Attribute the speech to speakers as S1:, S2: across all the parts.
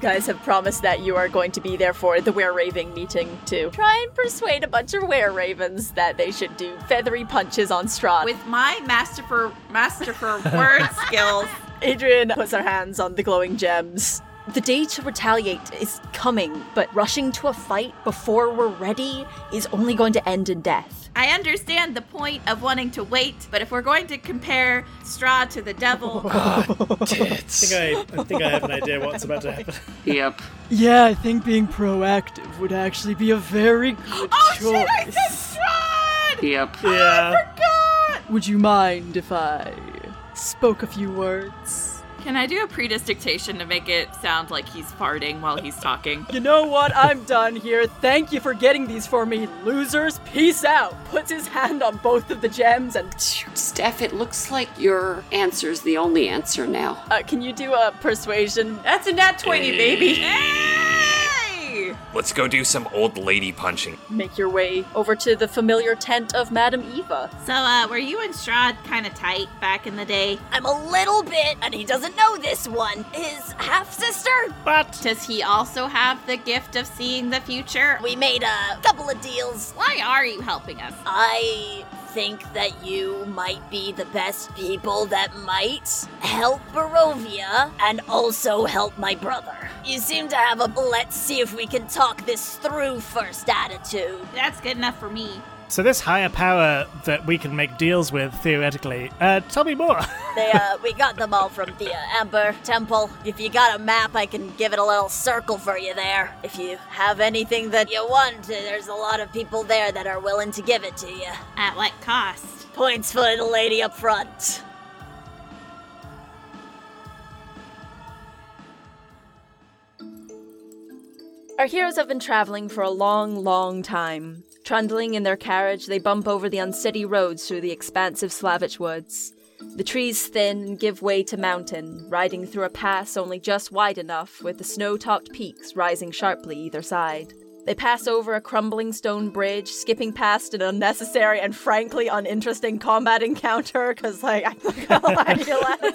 S1: guys have promised that you are going to be there for the Were Raving meeting to try and persuade a bunch of Were Ravens that they should do feathery punches on Strahd.
S2: With my masterful, masterful word skills,
S1: Adrian puts her hands on the glowing gems. The day to retaliate is coming, but rushing to a fight before we're ready is only going to end in death.
S2: I understand the point of wanting to wait, but if we're going to compare Straw to the devil,
S3: I
S4: Tits.
S3: think I, I think I have an idea what's about to happen.
S5: Yep.
S6: Yeah, I think being proactive would actually be a very good
S2: oh shit,
S6: choice.
S2: I said Strahd!
S5: Yep.
S3: Yeah.
S6: Would you mind if I spoke a few words?
S2: Can I do a predictation to make it sound like he's farting while he's talking?
S6: You know what? I'm done here. Thank you for getting these for me, losers. Peace out.
S1: Puts his hand on both of the gems and.
S5: Steph, it looks like your answer's the only answer now.
S1: Uh, can you do a persuasion?
S2: That's a nat 20, baby.
S7: Let's go do some old lady punching.
S1: Make your way over to the familiar tent of Madame Eva.
S2: So, uh, were you and Strahd kind of tight back in the day?
S8: I'm a little bit, and he doesn't know this one. His half sister.
S3: But
S2: Does he also have the gift of seeing the future?
S8: We made a couple of deals.
S2: Why are you helping us?
S8: I think that you might be the best people that might help Barovia and also help my brother. You seem to have a let's see if we can talk this through first attitude.
S2: That's good enough for me.
S3: so this higher power that we can make deals with theoretically. Uh, tell me more.
S8: They, uh, we got them all from the uh, Amber Temple. If you got a map, I can give it a little circle for you there. If you have anything that you want, uh, there's a lot of people there that are willing to give it to you.
S2: At what cost?
S8: Points for the lady up front.
S1: Our heroes have been traveling for a long, long time. Trundling in their carriage, they bump over the unsteady roads through the expansive Slavich woods. The trees thin and give way to mountain, riding through a pass only just wide enough, with the snow topped peaks rising sharply either side. They pass over a crumbling stone bridge, skipping past an unnecessary and frankly uninteresting combat encounter, because, like, I'm not gonna lie to you, lads,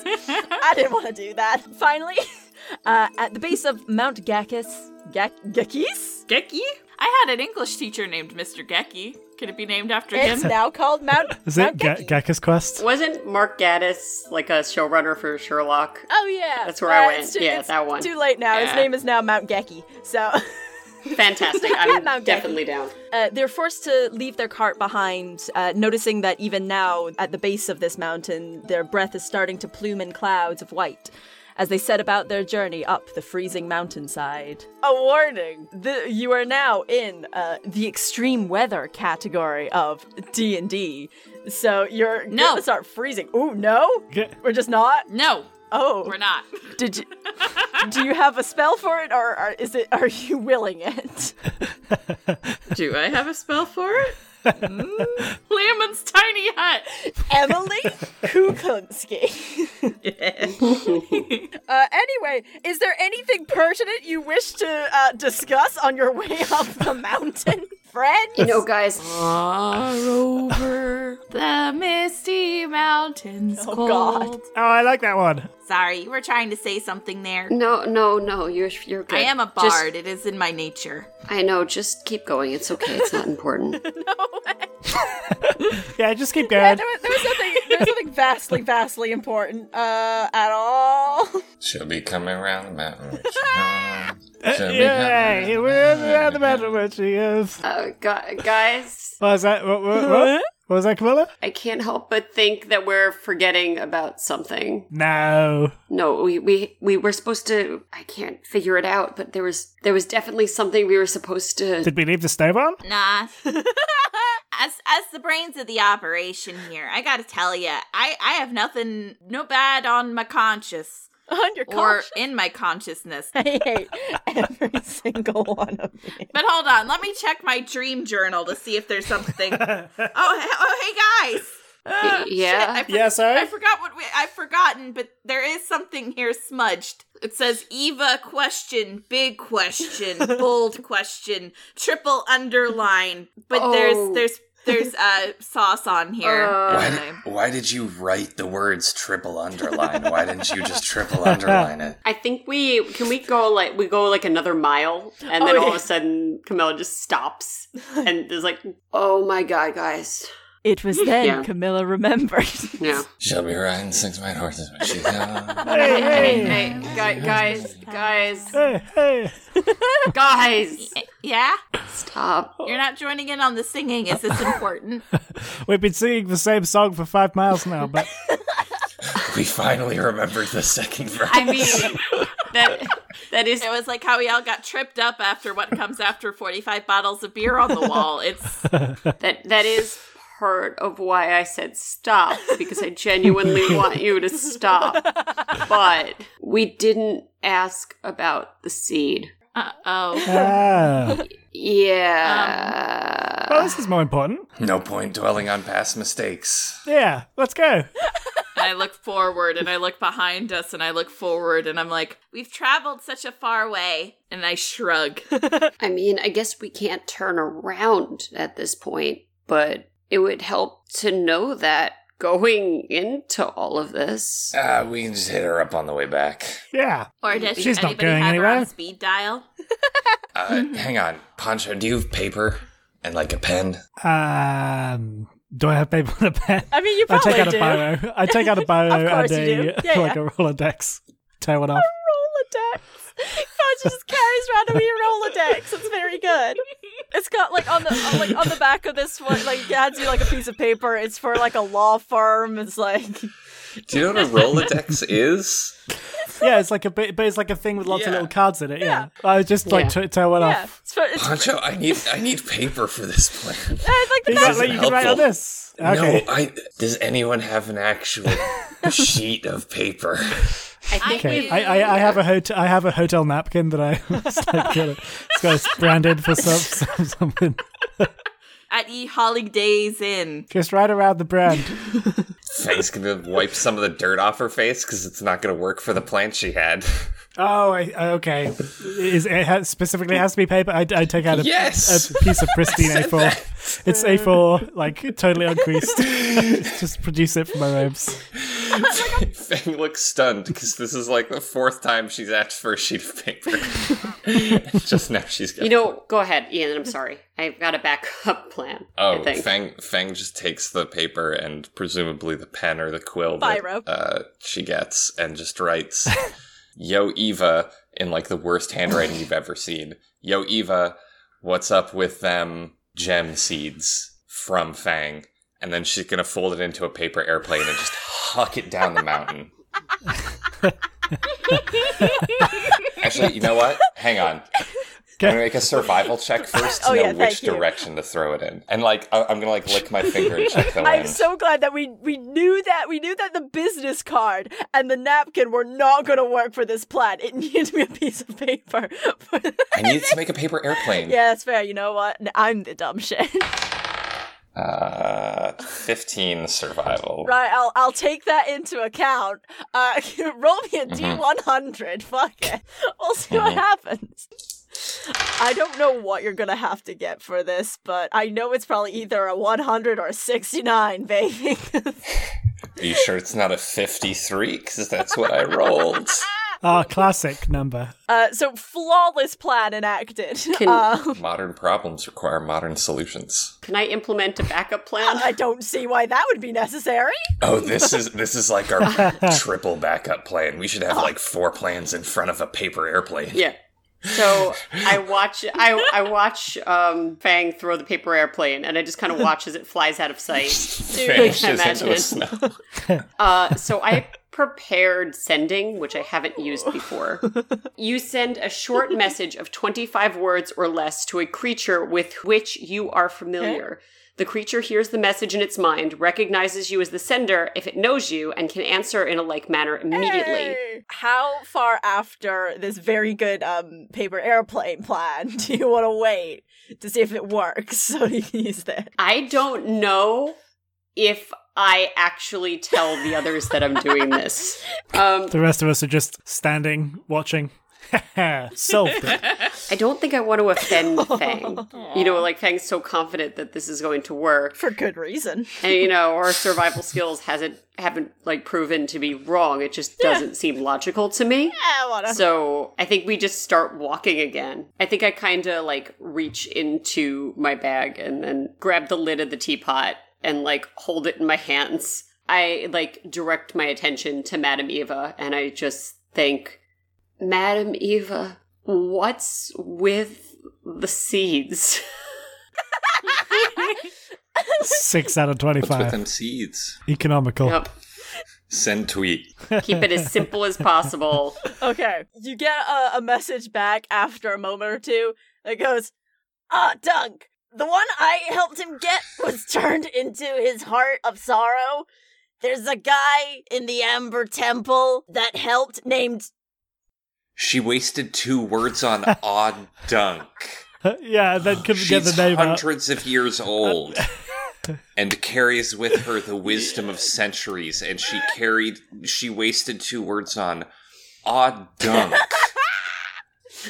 S1: I didn't want to do that. Finally, uh, at the base of Mount Gakis, Gak- Gakis?
S2: Gecky? I had an English teacher named Mr. Gecky. Could it be named after
S1: It's
S2: him?
S1: now called Mount.
S3: Is
S1: Mount
S3: it Ga-
S1: Geki.
S3: Gakka's quest?
S4: Wasn't Mark Gaddis like a showrunner for Sherlock?
S1: Oh yeah,
S4: That's where I went.
S1: it's too-
S4: Yeah,
S1: it's
S4: that one.
S1: Too late now. His
S4: Yeah.
S1: name is now Mount Geki. So
S4: Fantastic. I'm
S1: Mount Geki.
S4: definitely down.
S1: uh, they're forced to leave their cart behind, uh, noticing that even now at the base of this mountain, their breath is starting to plume in clouds of white. As they set about their journey up the freezing mountainside. A warning! The, you are now in uh, the extreme weather category of D and D, so you're
S2: No.
S1: gonna start freezing. Ooh, no,
S3: Ga-
S1: we're just not.
S2: No,
S1: Oh,
S2: we're not.
S1: Did you, do you have a spell for it, or, or is it? Are you willing it?
S2: Do I have a spell for it? Lemon's Mm. tiny hut.
S1: Emily Kuklinski. uh, anyway, is there anything pertinent you wish to uh, discuss on your way up the mountain, friend?
S4: You know, guys,
S2: Far over the misty mountains
S1: Oh, God.
S2: cold.
S3: Oh, I like that one.
S2: Sorry, you were trying to say something there.
S4: no, no, no. You're you're good.
S2: I am a
S4: Just-
S2: bard. it is in my nature.
S4: I know. Just keep going. It's okay. It's not important.
S3: Yeah, just keep going.
S1: there, was, there was nothing. There was nothing vastly, vastly important uh, at all.
S9: She'll be coming around the mountain.
S3: yeah, he was around the mountain where she is.
S4: uh, gu- guys,
S3: What was that? What, what, what? What was that, Camilla?
S4: I can't help but think that we're forgetting about something.
S3: No.
S4: No, we, we we were supposed to. I can't figure it out, but there was there was definitely something we were supposed to.
S3: Did we leave the stove on?
S2: Nah. as as the brains of the operation here, I gotta tell you, I I have nothing, no bad on my conscience
S1: On your
S2: or
S1: conscience.
S2: in my consciousness.
S1: I hate every single one of you.
S2: But hold on, let me check my dream journal to see if there's something. oh, he- oh, hey guys.
S4: Y- yeah.
S2: Shit, I for-
S3: Yeah, sorry.
S2: I forgot what we, I've forgotten, but there is something here smudged. It says Eva question, big question, bold question, triple underline. But
S4: Oh.
S2: there's there's There's uh, sauce on here.
S10: Uh.
S9: Why,
S2: Anyway.
S9: did, why did you write the words triple underline? Why didn't you just triple underline it?
S4: I think we can we go like we go like another mile, and then all of a sudden Camilla just stops and is like, "Oh my god, guys!"
S11: It was then
S4: Yeah.
S11: Camilla remembered.
S4: Yeah,
S9: She'll be riding six white horses when she's young.
S3: Hey, hey,
S10: Hey, guy- guys, guys,
S3: hey, hey.
S4: guys,
S2: Yeah?
S4: stop.
S2: You're not joining in on the singing. Is this important?
S3: We've been singing the same song for five miles now, but
S9: we finally remembered the second verse.
S10: I mean, that that is
S2: it was like how we all got tripped up after what comes after 45 bottles of beer on the wall. It's
S4: That that is part of why I said stop because I genuinely want you to stop, but we didn't ask about the seed.
S2: uh oh.
S3: ah.
S4: Yeah.
S3: well, oh, this is more important.
S9: no point dwelling on past mistakes.
S3: Yeah, let's go.
S2: And I look forward and I look behind us and I look forward and I'm like, we've traveled such a far way. And I shrug.
S4: I mean, I guess we can't turn around at this point, but it would help to know that going into all of this.
S9: Ah, we can just hit her up on the way back.
S3: Yeah.
S2: Or does
S3: She's not
S2: anybody
S3: going
S2: have her
S3: anywhere.
S2: on speed dial?
S9: Uh, hang on, Pancho, do you have paper and like a pen?
S3: Um, do I have paper and a pen?
S1: I mean, you
S3: I
S1: probably
S3: take out
S1: do.
S3: a biro. I take out a biro
S1: course
S3: and a uh,
S1: you do. Yeah,
S3: like a Rolodex. Tear one off.
S1: Rolodex. Fauci just carries around a wee Rolodex. It's very good. It's got like on the on, like on the back of this one, like it has you like a piece of paper. It's for like a law firm. It's like
S9: Do you know what a Rolodex is?
S3: Yeah, it's like a bit, but it's like a thing with lots of
S9: Yeah.
S3: little cards in it. Yeah, I was just like
S4: Yeah.
S3: t- tear one
S1: yeah,
S3: off.
S1: it's for it's,
S9: Pancho, I need I need paper for this plan.
S1: it's like the
S3: You, got,
S9: isn't
S3: like, you can write on
S9: helpful.
S3: this. Okay.
S9: No, I. Does anyone have an actual sheet of paper?
S2: I
S3: Okay, I, I, I have a hotel. I have a hotel napkin that I was like, you know, it's got it's branded for some, some, something.
S2: At E Holidays Inn.
S3: Just right around the brand.
S9: Faye's gonna wipe some of the dirt off her face because it's not gonna work for the plant she had.
S3: Oh, I, okay. Is it has, specifically has to be paper? I, I take out a,
S9: Yes!
S3: a piece of pristine A4. It's A4, like totally uncreased. Just produce it for my robes.
S9: Faye looks stunned because this is like the fourth time she's asked for a sheet of paper. Just now she's got.
S4: You know, go ahead, Ian. I'm sorry. I've got a backup plan. I
S9: Oh,
S4: think.
S9: Fang Fang just takes the paper and presumably the pen or the quill
S1: Biro.
S9: that uh, she gets and just writes Yo Eva in like the worst handwriting you've ever seen. Yo Eva, what's up with them gem seeds from Fang? And then she's gonna fold it into a paper airplane and just huck it down the mountain. Actually, you know what? Hang on. I'm gonna make a survival check first to
S1: Oh,
S9: know
S1: yeah,
S9: which
S1: thank you.
S9: direction to throw it in, and like I- I'm gonna like lick my finger and check the
S1: I'm
S9: wind.
S1: so glad that we we knew that we knew that the business card and the napkin were not going to work for this plan. It needed to be a piece of paper.
S9: I need to make a paper airplane.
S1: yeah, that's fair. You know what? I'm the dumb shit.
S9: Uh, 15 survival.
S1: Right, I'll I'll take that into account. Uh, roll me a one hundred. Fuck it. We'll see what happens. I don't know what you're gonna have to get for this, but I know it's probably either a one hundred or sixty nine, baby. Uh,
S9: Are you sure it's not a 53? Because that's what I rolled.
S3: Ah, classic number.
S1: uh, so flawless plan enacted.
S4: Can-
S1: Uh,
S9: modern problems require modern solutions.
S4: Can I implement a backup plan?
S1: I don't see why that would be necessary.
S9: Oh, this is this is like our triple backup plan. We should have like four plans in front of a paper airplane.
S4: yeah. So I watch I I watch um, Fang throw the paper airplane, and I just kind of watch as it flies out of sight.
S9: Vanishes into
S4: imagine.
S9: the snow.
S4: Uh, so I prepared sending, which I haven't used before. You send a short message of 25 words or less to a creature with which you are familiar. The creature hears the message in its mind, recognizes you as the sender if it knows you, and can answer in a like manner immediately.
S1: How far after this very good um paper airplane plan do you want to wait to see if it works so you can use that?
S4: I don't know if I actually tell the others that I'm doing this. Um,
S3: The rest of us are just standing, watching. Solved it.
S4: I don't think I want to offend Fang. You know, like Fang's so confident that this is going to work,
S1: for good reason.
S4: and you know, our survival skills hasn't haven't like proven to be wrong. It just doesn't seem logical to me.
S1: Eh, whatever.
S4: So I think we just start walking again. I think I kind of like reach into my bag and then grab the lid of the teapot and like hold it in my hands. I like direct my attention to Madame Eva and I just think, Madame Eva, what's with the seeds?
S3: Six out of
S7: What's with
S3: twenty-five.
S7: them seeds?
S3: Economical.
S4: Yep.
S7: Send tweet.
S4: Keep it as simple as possible.
S1: Okay. You get a, a message back after a moment or two that goes, Ah, Dunk, the one I helped him get was turned into his heart of sorrow.
S12: There's a guy in the Amber Temple that helped named
S7: She wasted two words on odd dunk.
S3: yeah, and then couldn't get
S7: She's
S3: the name out.
S7: hundreds of years old and carries with her the wisdom of centuries. And she carried, she wasted two words on odd dunk.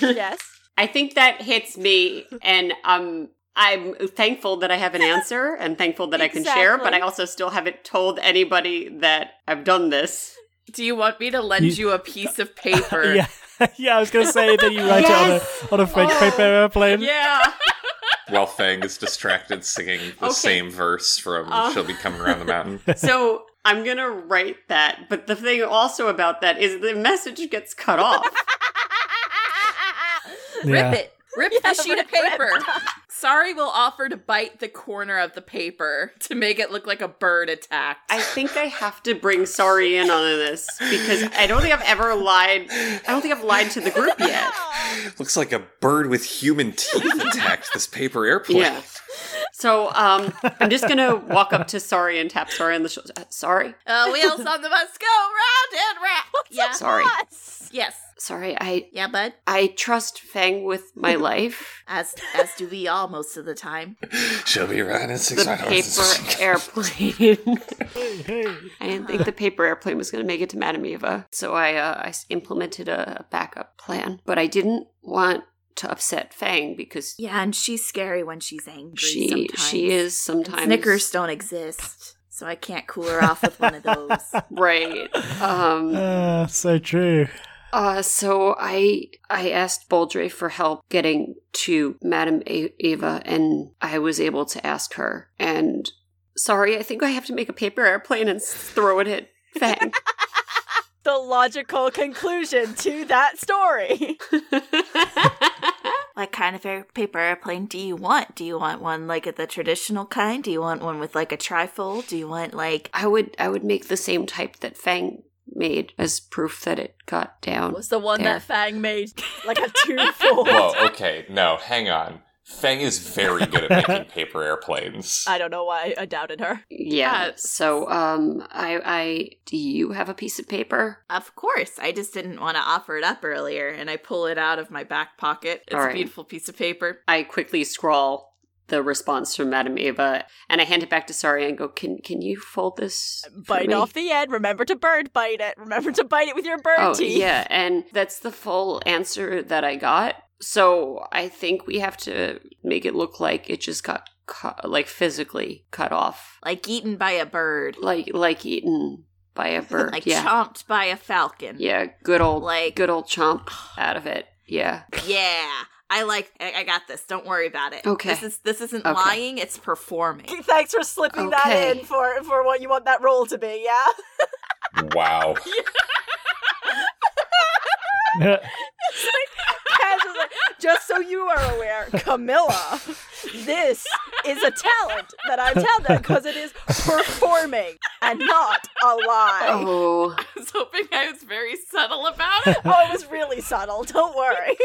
S1: yes.
S4: I think that hits me, and um, I'm thankful that I have an answer and thankful that I can share, but I
S1: Exactly.
S4: also still haven't told anybody that I've done this.
S2: Do you want me to lend
S3: You-
S2: you, a piece of paper?
S3: Uh, Yeah, yeah. I was gonna say that you write it on a on a fake paper airplane.
S2: Oh. Yeah.
S7: While Fang is distracted singing the
S4: Okay. Ah.
S7: same verse from She'll Be Coming Around the Mountain.
S4: So I'm going to write that, but the thing also about that is the message gets cut off.
S3: Yeah.
S2: Rip it. Rip the sheet of paper. Sorry, will offer to bite the corner of the paper to make it look like a bird attacked.
S4: I think I have to bring sorry in on this because I don't think I've ever lied. I don't think I've lied to the group yet.
S7: Looks like a bird with human teeth attacked this paper airplane.
S4: Yeah. So um, I'm just going to walk up to sorry and tap sorry on the shoulder. Uh, sorry.
S2: Uh, wheels on the bus go round and round. yeah.
S4: Sorry.
S2: Yes.
S4: Sorry. I
S2: Yeah, bud.
S4: I trust Fang with my life.
S2: As as do we all most of the time.
S7: She'll be riding six
S4: The
S7: mile horses.
S4: paper airplane. I didn't think the paper airplane was going to make it to Madame Eva, so I uh, I s- implemented a backup plan. But I didn't want to upset Fang because
S2: Yeah, and she's scary when she's angry.
S4: she
S2: sometimes.
S4: she is
S2: And
S4: sometimes
S2: Snickers don't exist, so I can't cool her off with one of those.
S4: right. Um,
S3: Ah, so true.
S4: uh, so I I asked Boldre for help getting to Madame A- Eva, and I was able to ask her. And sorry, I think I have to make a paper airplane and s- throw it at Fang.
S1: The logical conclusion to that story.
S2: What kind of air- paper airplane do you want? Do you want one like the traditional kind? Do you want one with like a trifold? Do you want like
S4: I would I would make the same type that Fang made as proof that it got down.
S1: was the one
S4: There.
S1: that Fang made like a twofold.
S7: Whoa, okay, no, hang on. Fang is very good at making paper airplanes.
S1: I don't know why I doubted her.
S4: yeah.
S2: Yes.
S4: So um I I do you have a piece of paper?
S2: Of course. I just didn't want to offer it up earlier and I pull it out of my back pocket. It's
S4: All
S2: a
S4: right.
S2: beautiful piece of paper.
S4: I quickly scrawl the response from Madame Eva and I hand it back to Sari and go, Can can you fold this? for
S1: Uh, Bite
S4: me?"
S1: off the end. Remember to bird bite it. Remember to bite it with your bird
S4: Oh
S1: teeth.
S4: yeah, and that's the full answer that I got. So I think we have to make it look like it just got cut, like physically cut off,
S2: Like eaten by a bird.
S4: like like eaten by a bird.
S2: Like
S4: yeah.
S2: chomped by a falcon.
S4: Yeah, good old
S2: Like-
S4: like good old chomp out of it. Yeah.
S2: Yeah. I like I I got this. Don't worry about it.
S4: Okay.
S2: This is this isn't
S4: Okay.
S2: lying, it's performing.
S1: Thanks for slipping that
S4: Okay.
S1: in for for what you want that role to be. Yeah.
S7: Wow.
S1: Kaz was like, just so you are aware, Camilla, this is a talent that I'm talented because it is performing and not a lie.
S4: Oh,
S2: I was hoping I was very subtle about it.
S1: Oh, it was really subtle. Don't worry.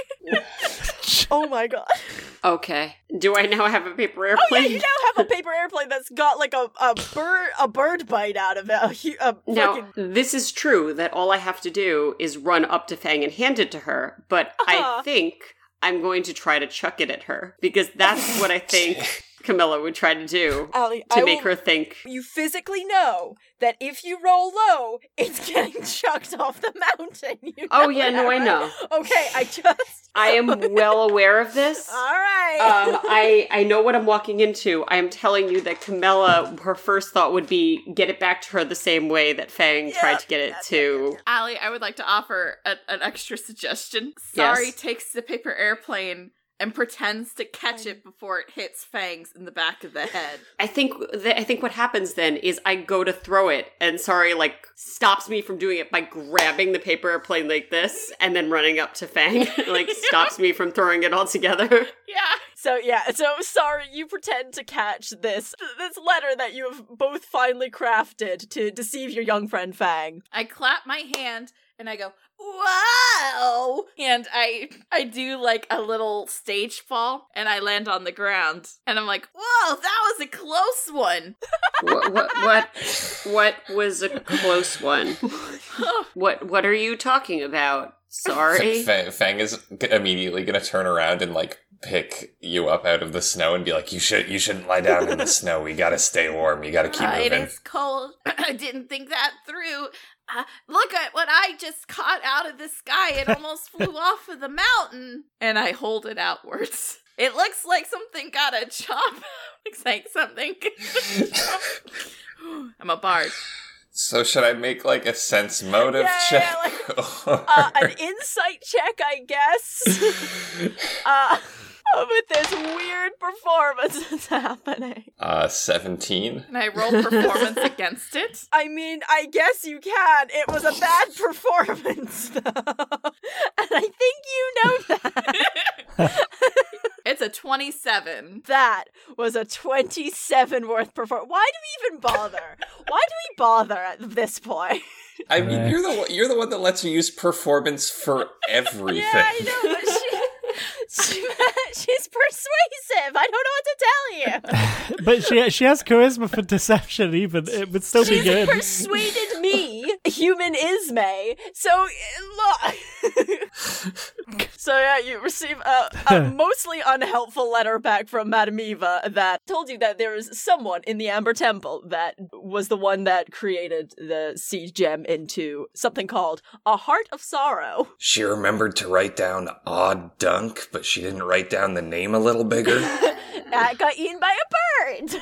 S1: oh my god.
S4: okay. Do I now have a paper
S1: Oh yeah,
S4: airplane?
S1: you now have a paper airplane that's got like a, a bird a bird bite out of it. A, hu- a
S4: Now,
S1: fucking-
S4: this is true that all I have to do is run up to Fang and hand it to her, but I
S1: Uh-huh.
S4: think I'm going to try to chuck it at her because that's what I think Camilla would try to do
S2: Oh,
S1: Allie,
S4: to
S1: I
S4: make
S1: will-
S4: her think.
S1: You physically know that if you roll low, it's getting chucked off the mountain. You
S4: Oh,
S1: know
S4: yeah,
S1: that,
S4: no, I
S1: right?
S4: know.
S1: Okay, I just.
S4: I am well aware of this.
S2: Uh,
S1: All right.
S4: um, I I know what I'm walking into. I am telling you that Camilla, her first thought would be get it back to her the same way that Fang tried to get it to.
S2: Allie, I would like to offer a, an extra suggestion. Sorry
S4: Yes.
S2: takes the paper airplane and pretends to catch it before it hits Fangs in the back of the head.
S4: I think th- I think what happens then is I go to throw it, and sorry, like stops me from doing it by grabbing the paper airplane like this, and then running up to Fang, like stops me from throwing it all together.
S2: Yeah.
S1: So yeah, so sorry. You pretend to catch this this letter that you have both finally crafted to deceive your young friend Fang.
S2: I clap my hand and I go, "Wow!" And I I do like a little stage fall and I land on the ground and I'm like, "Whoa, that was a close one."
S4: what, what what what was a close one? What what are you talking about? Sorry.
S7: Fang, Fang is g- immediately gonna turn around and like pick you up out of the snow and be like, "You should, you shouldn't lie down in the snow. We gotta stay warm. You gotta keep
S2: Uh, it
S7: moving."
S2: is cold. I didn't think that through. Uh, look at what I just caught out of the sky. It almost flew off of the mountain. And I hold it outwards. It looks like something got a chop. looks like something. got a chop. I'm a bard.
S7: So should I make like a sense motive
S1: Yeah,
S7: check?
S1: yeah,
S7: or-
S1: Uh, an insight check, I guess. uh, with this weird performance that's happening.
S7: uh, seventeen.
S2: And I roll performance against it.
S1: I mean, I guess you can. It was a bad performance, though, and I think you know that.
S2: It's a 27.
S1: That was a 27 worth performance. Why do we even bother? Why do we bother at this point?
S7: I mean,
S3: Right.
S7: you're the one- you're the one that lets you use performance for everything.
S1: know, but she, she, she's persuasive. I don't know what to tell you.
S3: But she she has charisma for deception. Even it would still be good.
S1: Persuaded me, human is May. So uh, look. so yeah, you receive a, a mostly unhelpful letter back from Madame Eva that told you that there is someone in the Amber Temple that was the one that created the seed gem into something called a heart of sorrow.
S9: She remembered to write down odd dunk, but she didn't write down the name a little bigger.
S1: that got eaten by a bird.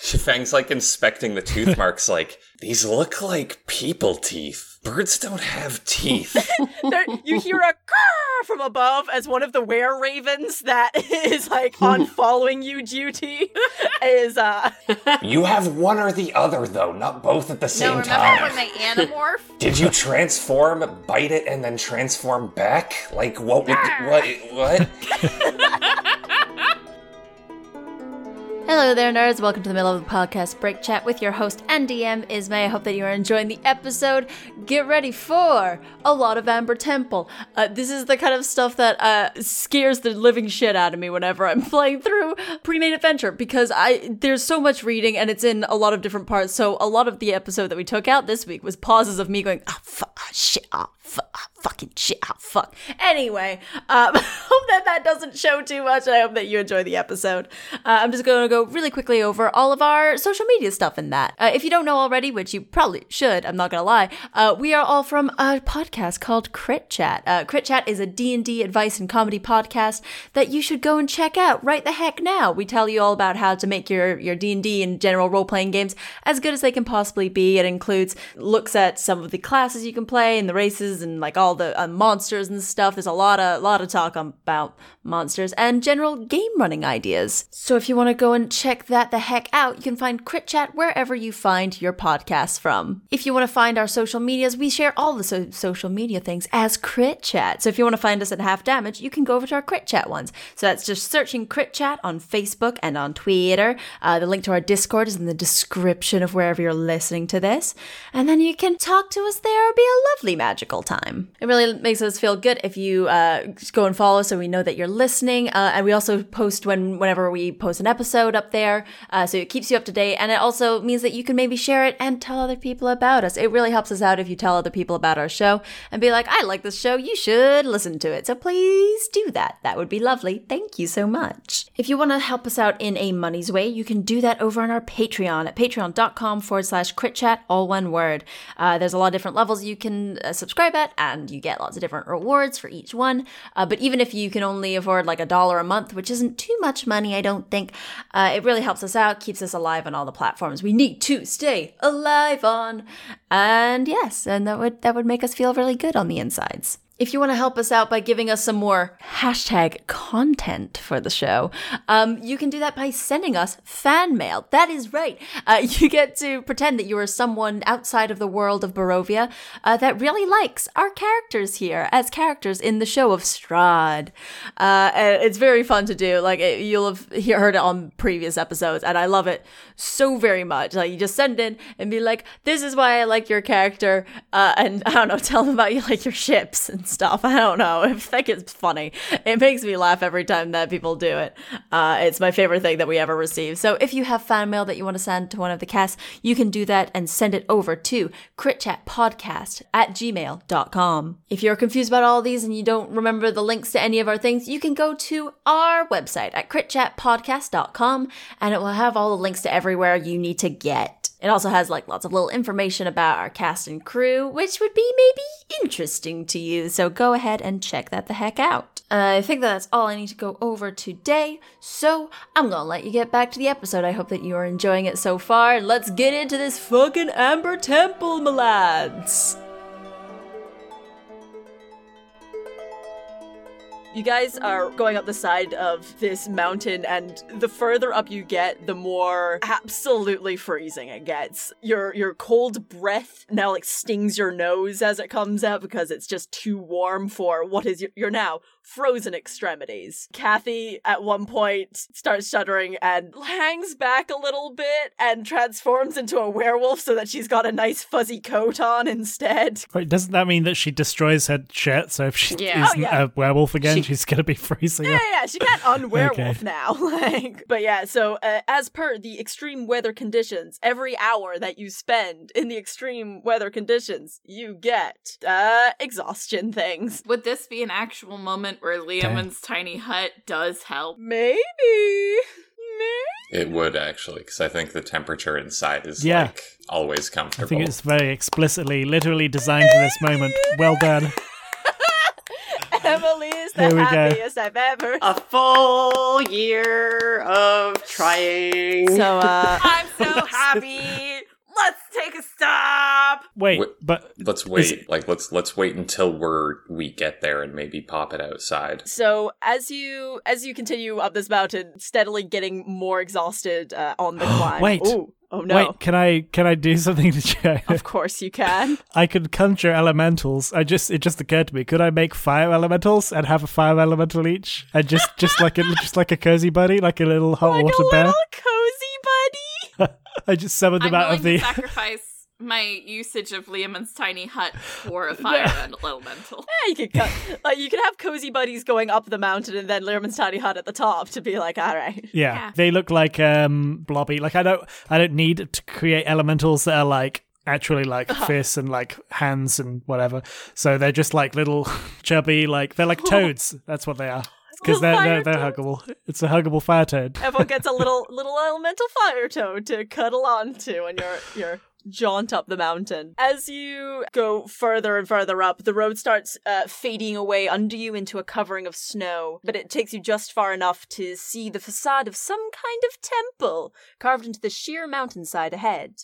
S7: Fang's like inspecting the tooth marks, like these look like people teeth. Birds don't have teeth.
S1: there, you hear a car from above as one of the were ravens that is like on following you duty is uh
S9: you have one or the other, though, not both at the
S2: No,
S9: same
S2: remember
S9: time.
S2: when they anamorph?
S9: Did you transform, bite it, and then transform back? Like what? Would,
S2: Ah.
S9: what? What?
S8: Hello there, nerds. Welcome to the middle of the podcast break chat with your host and DM, Ismay. I hope that you are enjoying the episode. Get ready for a lot of Amber Temple. Uh, this is the kind of stuff that uh, scares the living shit out of me whenever I'm playing through pre-made adventure because I there's so much reading and it's in a lot of different parts. So a lot of the episode that we took out this week was pauses of me going, oh, fuck, ah, shit, oh, fuck, ah, fucking shit, oh, fuck. Anyway, um, hope that that doesn't show too much, and I hope that you enjoy the episode. Uh, I'm just going to go really quickly over all of our social media stuff in that. Uh, if you don't know already, which you probably should, I'm not going to lie, uh, we are all from a podcast called Crit Chat. Uh, Crit Chat is a D&D advice and comedy podcast that you should go and check out right the heck now. We tell you all about how to make your, your D&D and general role-playing games as good as they can possibly be. It includes looks at some of the classes you can play and the races and like all the uh, monsters and stuff. There's a lot of lot of talk on- about monsters and general game running ideas. So if you want to go and check that the heck out, you can find Crit Chat wherever you find your podcast from. If you want to find our social medias, we share all the so- social media things as Crit Chat. So if you want to find us at Half Damage, you can go over to our Crit Chat ones. So that's just searching Crit Chat on Facebook and on Twitter. Uh, the link to our Discord is in the description of wherever you're listening to this. And then you can talk to us there. It'll be a lovely magical time. It really makes us feel good if you uh, just go and follow so we know that you're listening. Uh, and we also post when whenever we post an episode up there. Uh, so it keeps you up to date. And it also means that you can maybe share it and tell other people about us. It really helps us out if you tell other people about our show and be like, I like this show. You should listen to it. So please do that. That would be lovely. Thank you so much. If you want to help us out in a money's way, you can do that over on our Patreon at patreon.com forward slash crit chat, all one word. Uh, there's a lot of different levels you can uh, subscribe at, and you get lots of different rewards for each one. Uh, but even if you can only afford like a dollar a month, which isn't too much money, I don't think, uh, it really helps us out, keeps us alive on all the platforms we need to stay alive on. And yes, and that would that would make us feel really good on the insides. If you want to help us out by giving us some more hashtag content for the show, um, you can do that by sending us fan mail. That is right. Uh, you get to pretend that you are someone outside of the world of Barovia uh, that really likes our characters here as characters in the show of Strahd. Uh, and it's very fun to do. Like it, you'll have he- heard it on previous episodes, and I love it so very much. Like you just send in and be like, "This is why I like your character," uh, and I don't know, tell them about you like your ships and stuff. I don't know. I think it's funny. It makes me laugh every time that people do it. Uh, it's my favorite thing that we ever receive. So if you have fan mail that you want to send to one of the casts, you can do that and send it over to critchatpodcast at gmail.com. If you're confused about all these and you don't remember the links to any of our things, you can go to our website at critchatpodcast.com and it will have all the links to everywhere you need to get. It also has like lots of little information about our cast and crew, which would be maybe interesting to you. So go ahead and check that the heck out. Uh, I think that's all I need to go over today. So I'm gonna let you get back to the episode. I hope that you are enjoying it so far. And let's get into this fucking Amber Temple, my lads.
S1: You guys are going up the side of this mountain, and the further up you get, the more absolutely freezing it gets. Your your cold breath now like stings your nose as it comes out because it's just too warm for what is your, your now frozen extremities. Kathy at one point starts shuddering and hangs back a little bit and transforms into a werewolf so that she's got a nice fuzzy coat on instead.
S3: Wait, doesn't that mean that she destroys her shit? So if she
S4: Yeah.
S3: isn't
S1: Oh, yeah.
S3: a werewolf again,
S4: She-
S3: she's gonna be freezing.
S1: yeah,
S3: up.
S1: yeah, yeah, she can't unwerewolf
S3: Okay.
S1: now. Like, but yeah. So uh, as per the extreme weather conditions, every hour that you spend in the extreme weather conditions, you get uh exhaustion things.
S2: Would this be an actual moment where Liamon's tiny hut does help?
S1: Maybe.
S7: It would actually, because I think the temperature inside is
S3: Yeah.
S7: like always
S3: I
S7: comfortable.
S3: think it's very explicitly, literally designed for this moment. Well done.
S1: Maybe. Emily is the
S3: Here we go.
S1: happiest I've ever.
S4: A full year of trying.
S1: So uh
S2: I'm so happy. Let's take a stop.
S3: Wait,
S7: Wh-
S3: but
S7: Let's wait. like let's let's wait until we're we get there and maybe pop it outside.
S1: So as you as you continue up this mountain, steadily getting more exhausted uh, on the climb.
S3: Wait.
S1: Ooh. Oh no.
S3: wait, can I can I do something to check?
S1: Of course you can.
S3: I could conjure elementals. I just it just occurred to me. Could I make fire elementals and have a fire elemental each, and just just like a, just like a cozy buddy, like a little hot
S1: like a
S3: water
S1: little
S3: bear?
S1: cozy buddy.
S3: I just summoned
S2: I'm
S3: them out
S2: willing
S3: of the.
S2: to sacrifice my usage of Liamon's tiny hut for a fire and elemental.
S1: Yeah, you could co- like you could have cozy buddies going up the mountain and then Learman's tiny hut at the top to be like, all right.
S3: Yeah.
S2: Yeah.
S3: they look like um blobby. Like I don't I don't need to create elementals that are like actually like
S1: Uh-huh.
S3: fists and like hands and whatever. So they're just like little chubby like they're like toads. That's what they are. Because
S1: Little
S3: they're they're,
S1: fire
S3: they're huggable. It's a huggable fire toad.
S1: Everyone gets a little little elemental fire toad to cuddle onto on your your jaunt up the mountain. As you go further and further up, the road starts uh, fading away under you into a covering of snow, but it takes you just far enough to see the facade of some kind of temple carved into the sheer mountainside ahead.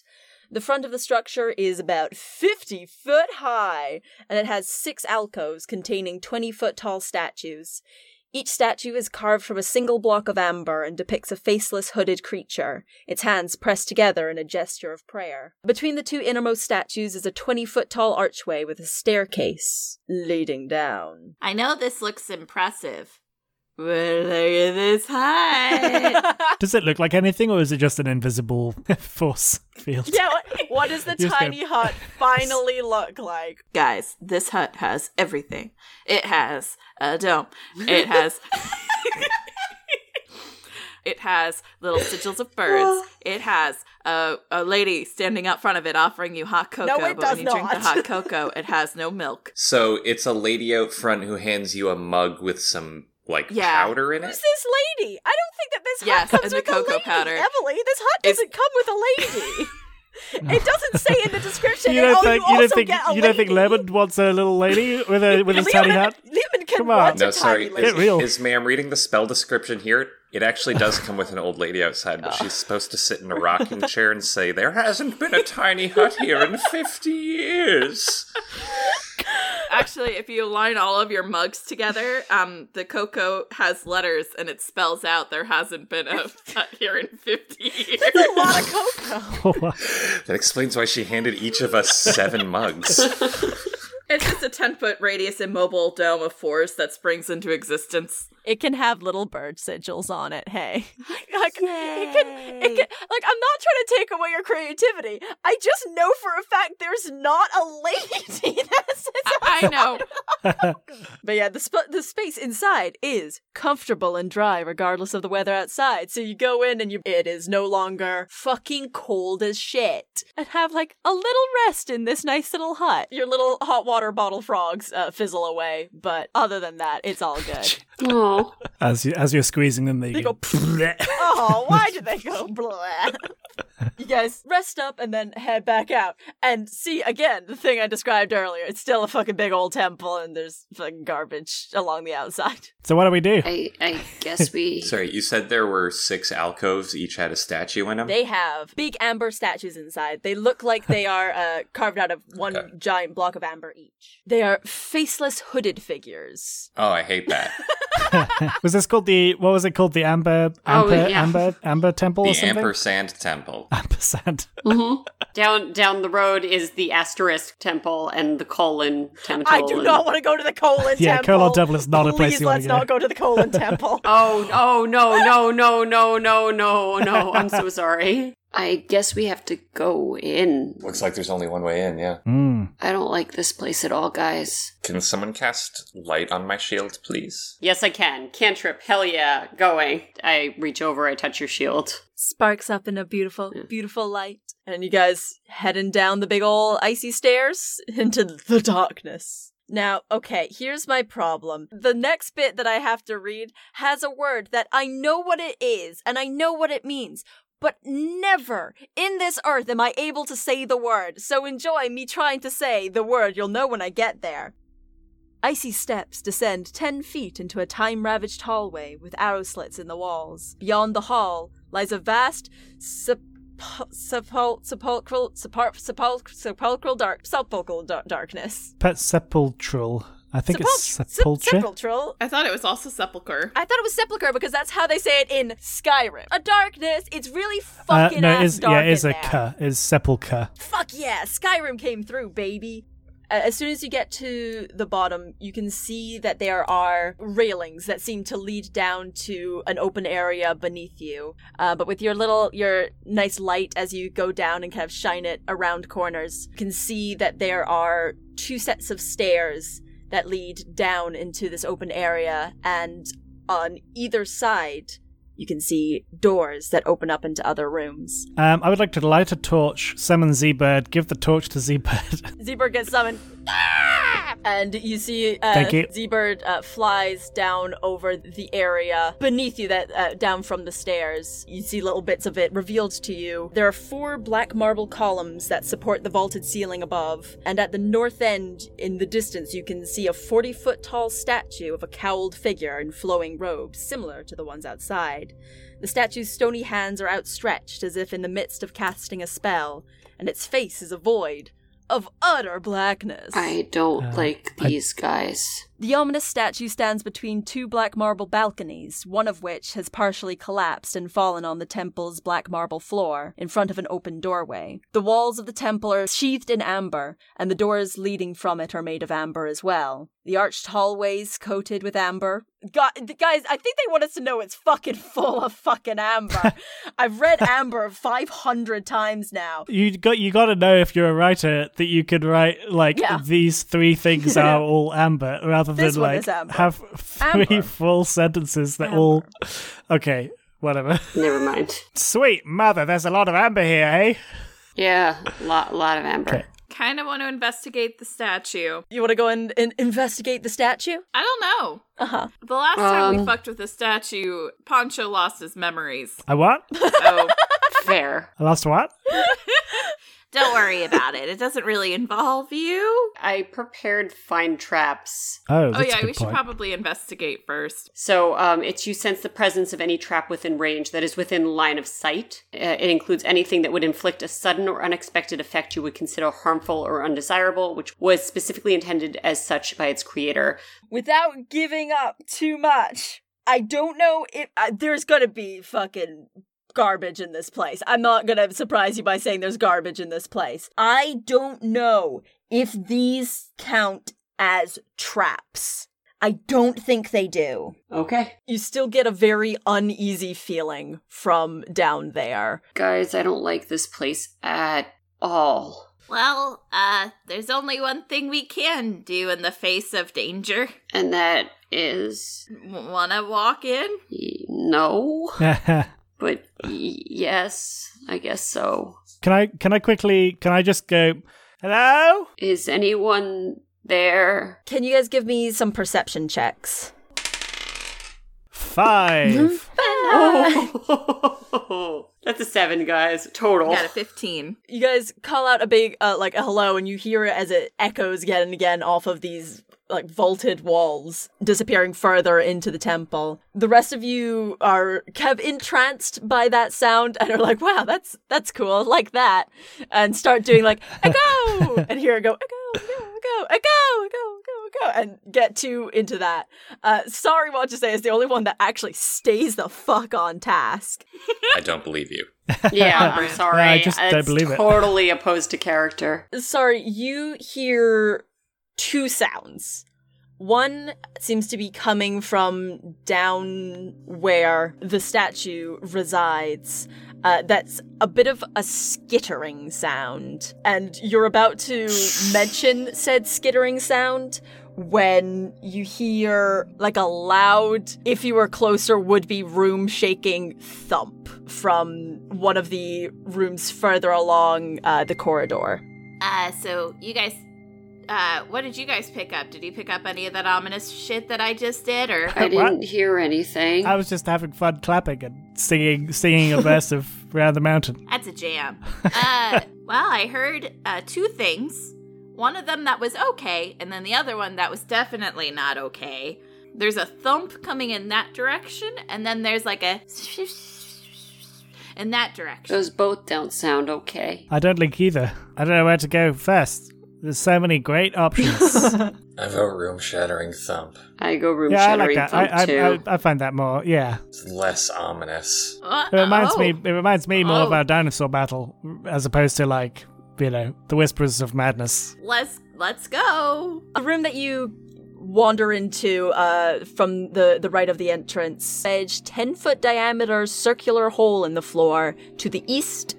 S1: The front of the structure is about 50 foot high, and it has six alcoves containing 20 foot tall statues. Each statue is carved from a single block of amber and depicts a faceless hooded creature, its hands pressed together in a gesture of prayer. Between the two innermost statues is a 20 foot tall archway with a staircase leading down.
S2: I know this looks impressive, Well, look at this hut.
S3: Does it look like anything, or is it just an invisible force field?
S1: Yeah, what, what does the
S3: Just go-
S1: tiny hut finally look like?
S2: Guys, this hut has everything. It has a dome. It has. it has little sigils of birds. It has a, a lady standing up front of it offering you hot cocoa.
S1: No, it
S2: but
S1: does
S2: when you drink the
S1: not.
S2: hot cocoa, it has no milk.
S7: So it's a lady out front who hands you a mug with some like
S2: Yeah.
S7: powder in
S1: Who's
S7: it.
S1: this lady? I don't think that this
S2: Yes,
S1: hut comes
S2: and the
S1: with
S2: cocoa
S1: a lady,
S2: powder.
S1: Emily. This hut
S2: It's-
S1: doesn't come with a lady. it doesn't say in the description.
S3: You
S1: and,
S3: don't
S1: oh,
S3: think
S1: you,
S3: you don't
S1: also
S3: think
S1: get a
S3: you don't think
S1: lady.
S3: Lemon wants a little lady with a with a tiny
S1: Lemon-
S3: hat?
S1: Lemon can
S3: Come on.
S1: want a
S7: No, sorry.
S1: tiny lady.
S7: Is,
S3: Get real.
S7: is ma'am reading the spell description here? It actually does come with an old lady outside, but she's supposed to sit in a rocking chair and say, "There hasn't been a tiny hut here in fifty years."
S2: Actually, if you line all of your mugs together, um, the cocoa has letters and it spells out there hasn't been a hut here in 50 years.
S1: a lot of cocoa.
S7: That explains why she handed each of us seven mugs.
S2: It's just a 10 foot radius immobile dome of forest that springs into existence.
S1: It can have little bird sigils on it. Hey, like it can, it can. Like I'm not trying to take away your creativity. I just know for a fact there's not a lady that sits
S2: I, I know.
S1: But yeah, the sp- the space inside is comfortable and dry regardless of the weather outside. So you go in and you it is no longer fucking cold as shit. And have like a little rest in this nice little hut. Your little hot water bottle frogs uh, fizzle away, but other than that, it's all good.
S5: Oh,
S3: As you as you're squeezing them, they,
S1: They
S3: go.
S1: go, oh, why did they go blah? You guys rest up and then head back out and see again the thing I described earlier. It's still a fucking big old temple and there's fucking garbage along the outside.
S3: So what do we do?
S5: I, I guess we.
S7: Sorry, you said there were six alcoves, each had a statue in them.
S1: They have big amber statues inside. They look like they are uh, carved out of one
S7: Okay.
S1: giant block of amber each. They are faceless hooded figures.
S7: oh, I hate that.
S3: was this called the what was it called the Amber
S5: Oh,
S3: Amber
S5: yeah.
S3: Amber Amber Temple or
S7: the
S3: something?
S7: ampersand temple.
S3: Ampersand.
S4: Down down the road is the asterisk temple and the colon temple.
S1: I do
S4: and-
S1: not want to go to the colon
S3: Yeah,
S1: temple.
S3: colon temple is not a place
S1: Please
S3: you wanna
S1: let's
S3: go.
S1: not go to the colon temple.
S4: Oh oh no no no no no no no! I'm so sorry.
S5: I guess we have to go in.
S7: Looks like there's only one way in, yeah.
S3: Mm.
S5: I don't like this place at all, guys.
S7: Can someone cast light on my shield, please?
S4: Yes, I can. Cantrip. Hell yeah, going. I reach over. I touch your shield.
S1: Sparks up in a beautiful, beautiful light. And you guys heading down the big old icy stairs into the darkness. Now, okay, here's my problem. The next bit that I have to read has a word that I know what it is and I know what it means, but never in this earth am I able to say the word. So enjoy me trying to say the word. You'll know when I get there. Icy steps descend ten feet into a time ravaged hallway with arrow slits in the walls. Beyond the hall lies a vast sep- sepul- sepulchral separ- sepul- sepulchral dark sepulchral dar- darkness.
S3: Pet sepulchral. I think it's
S1: Sepul- sep-
S3: sepulchre.
S1: sepulchral.
S2: I thought it was also sepulcher.
S1: I thought it was sepulchre because that's how they say it in Skyrim. A darkness. It's really
S3: Uh,
S1: fucking
S3: no,
S1: ass
S3: it is
S1: dark
S3: yeah, it is
S1: in
S3: a
S1: there.
S3: ka, it is sepulchre.
S1: Fuck yeah, Skyrim came through, baby. Uh, as soon as you get to the bottom, you can see that there are railings that seem to lead down to an open area beneath you. Uh, but with your little, your nice light as you go down and kind of shine it around corners, you can see that there are two sets of stairs that lead down into this open area, and on either side, you can see doors that open up into other rooms.
S3: Um, I would like to light a torch, summon Z Bird, give the torch to Z Bird.
S1: Z-Bird gets summoned. Ah! And you see uh,
S3: Thank you.
S1: Z-Bird uh, flies down over the area beneath you, that uh, down from the stairs. You see little bits of it revealed to you. There are four black marble columns that support the vaulted ceiling above. And at the north end, in the distance, you can see a 40-foot tall statue of a cowled figure in flowing robes, similar to the ones outside. The statue's stony hands are outstretched as if in the midst of casting a spell, and its face is a void of utter blackness.
S5: I don't
S3: Uh,
S5: like
S3: I-
S5: these guys.
S8: The ominous statue stands between two black marble balconies, one of which has partially collapsed and fallen on the temple's black marble floor, in front of an open doorway. The walls of the temple are sheathed in amber, and the doors leading from it are made of amber as well. The arched hallways coated with amber.
S1: God, guys, I think they want us to know it's fucking full of fucking amber. I've read amber 500 times now.
S3: You got you got to know if you're a writer that you could write like
S1: Yeah.
S3: these three things are all amber rather
S1: This
S3: than
S1: one
S3: like
S1: is amber.
S3: have three
S8: Amber.
S3: full sentences that all okay whatever
S4: Never mind.
S3: sweet mother there's a lot of amber here eh
S4: Yeah, lot lot of amber.
S3: Okay.
S2: Kind of want to investigate the statue.
S1: You want to go and, and investigate the statue?
S2: I don't know.
S1: Uh huh.
S2: The last time we
S4: Um.
S2: fucked with the statue, Pancho lost his memories.
S3: I what
S2: So
S4: Fair.
S3: I lost what
S2: don't worry about it. It doesn't really involve you.
S4: I prepared find traps.
S3: oh
S2: Oh
S3: that's a
S2: yeah,
S3: good
S2: we should
S3: point
S2: probably investigate first.
S4: So um, it's you sense the presence of any trap within range that is within line of sight. Uh, it includes anything that would inflict a sudden or unexpected effect you would consider harmful or undesirable, which was specifically intended as such by its creator.
S1: Without giving up too much, I don't know if I, there's gonna be fucking garbage in this place. I'm not gonna surprise you by saying there's garbage in this place. I don't know if these count as traps. I don't think they do.
S4: Okay.
S1: You still get a very uneasy feeling from down there.
S4: Guys, I don't like this place at all.
S2: Well, uh, there's only one thing we can do in the face of danger.
S4: And that is
S2: W- wanna walk in?
S4: y- no,
S3: can
S4: but y- yes, I guess so.
S3: I can I quickly can I just go hello
S4: Is anyone there?
S1: Can you guys give me some perception checks?
S3: five
S4: Oh, that's a seven, guys. Total.
S2: Got a 15.
S1: you guys call out a big uh, like a hello and you hear it as it echoes again and again off of these like vaulted walls disappearing further into the temple the rest of you are kind of entranced by that sound and are like wow that's that's cool I like that and start doing like echo and here I go echo echo echo echo echo echo echo and get two into that uh sorry what to say is the only one that actually stays the fuck on task
S7: I don't believe you.
S4: Yeah, I'm sorry.
S3: Yeah, I just don't
S4: That's
S3: believe it.
S4: Totally opposed to character.
S1: sorry, you hear two sounds. One seems to be coming from down where the statue resides. Uh, that's a bit of a skittering sound. And you're about to mention said skittering sound when you hear like a loud, if you were closer, would be room shaking thump from one of the rooms further along uh, the corridor.
S2: Uh, so you guys, uh, what did you guys pick up? Did you pick up any of that ominous shit that I just did, or?
S4: I
S3: What?
S4: didn't hear anything.
S3: I was just having fun clapping and singing singing a verse of round the mountain
S2: That's a jam. Uh, well, I heard uh, two things. One of them that was okay, and then the other one that was definitely not okay. There's a thump coming in that direction, and then there's like a in that direction.
S4: Those both don't sound okay.
S3: I don't link either I don't know where to go first there's so many great options
S7: I vote room shattering thump.
S4: I go room
S3: yeah I like
S4: shattering
S3: that
S4: thump
S3: I,
S4: too.
S3: I, I, I find that more yeah
S7: It's less ominous.
S2: Uh,
S3: It reminds me.
S2: oh.
S3: It reminds me more of
S2: Oh.
S3: our dinosaur battle, as opposed to like you know the whispers of madness.
S2: Let's let's go.
S1: The room that you wander into uh, from the, the right of the entrance, edge 10 foot diameter circular hole in the floor to the east,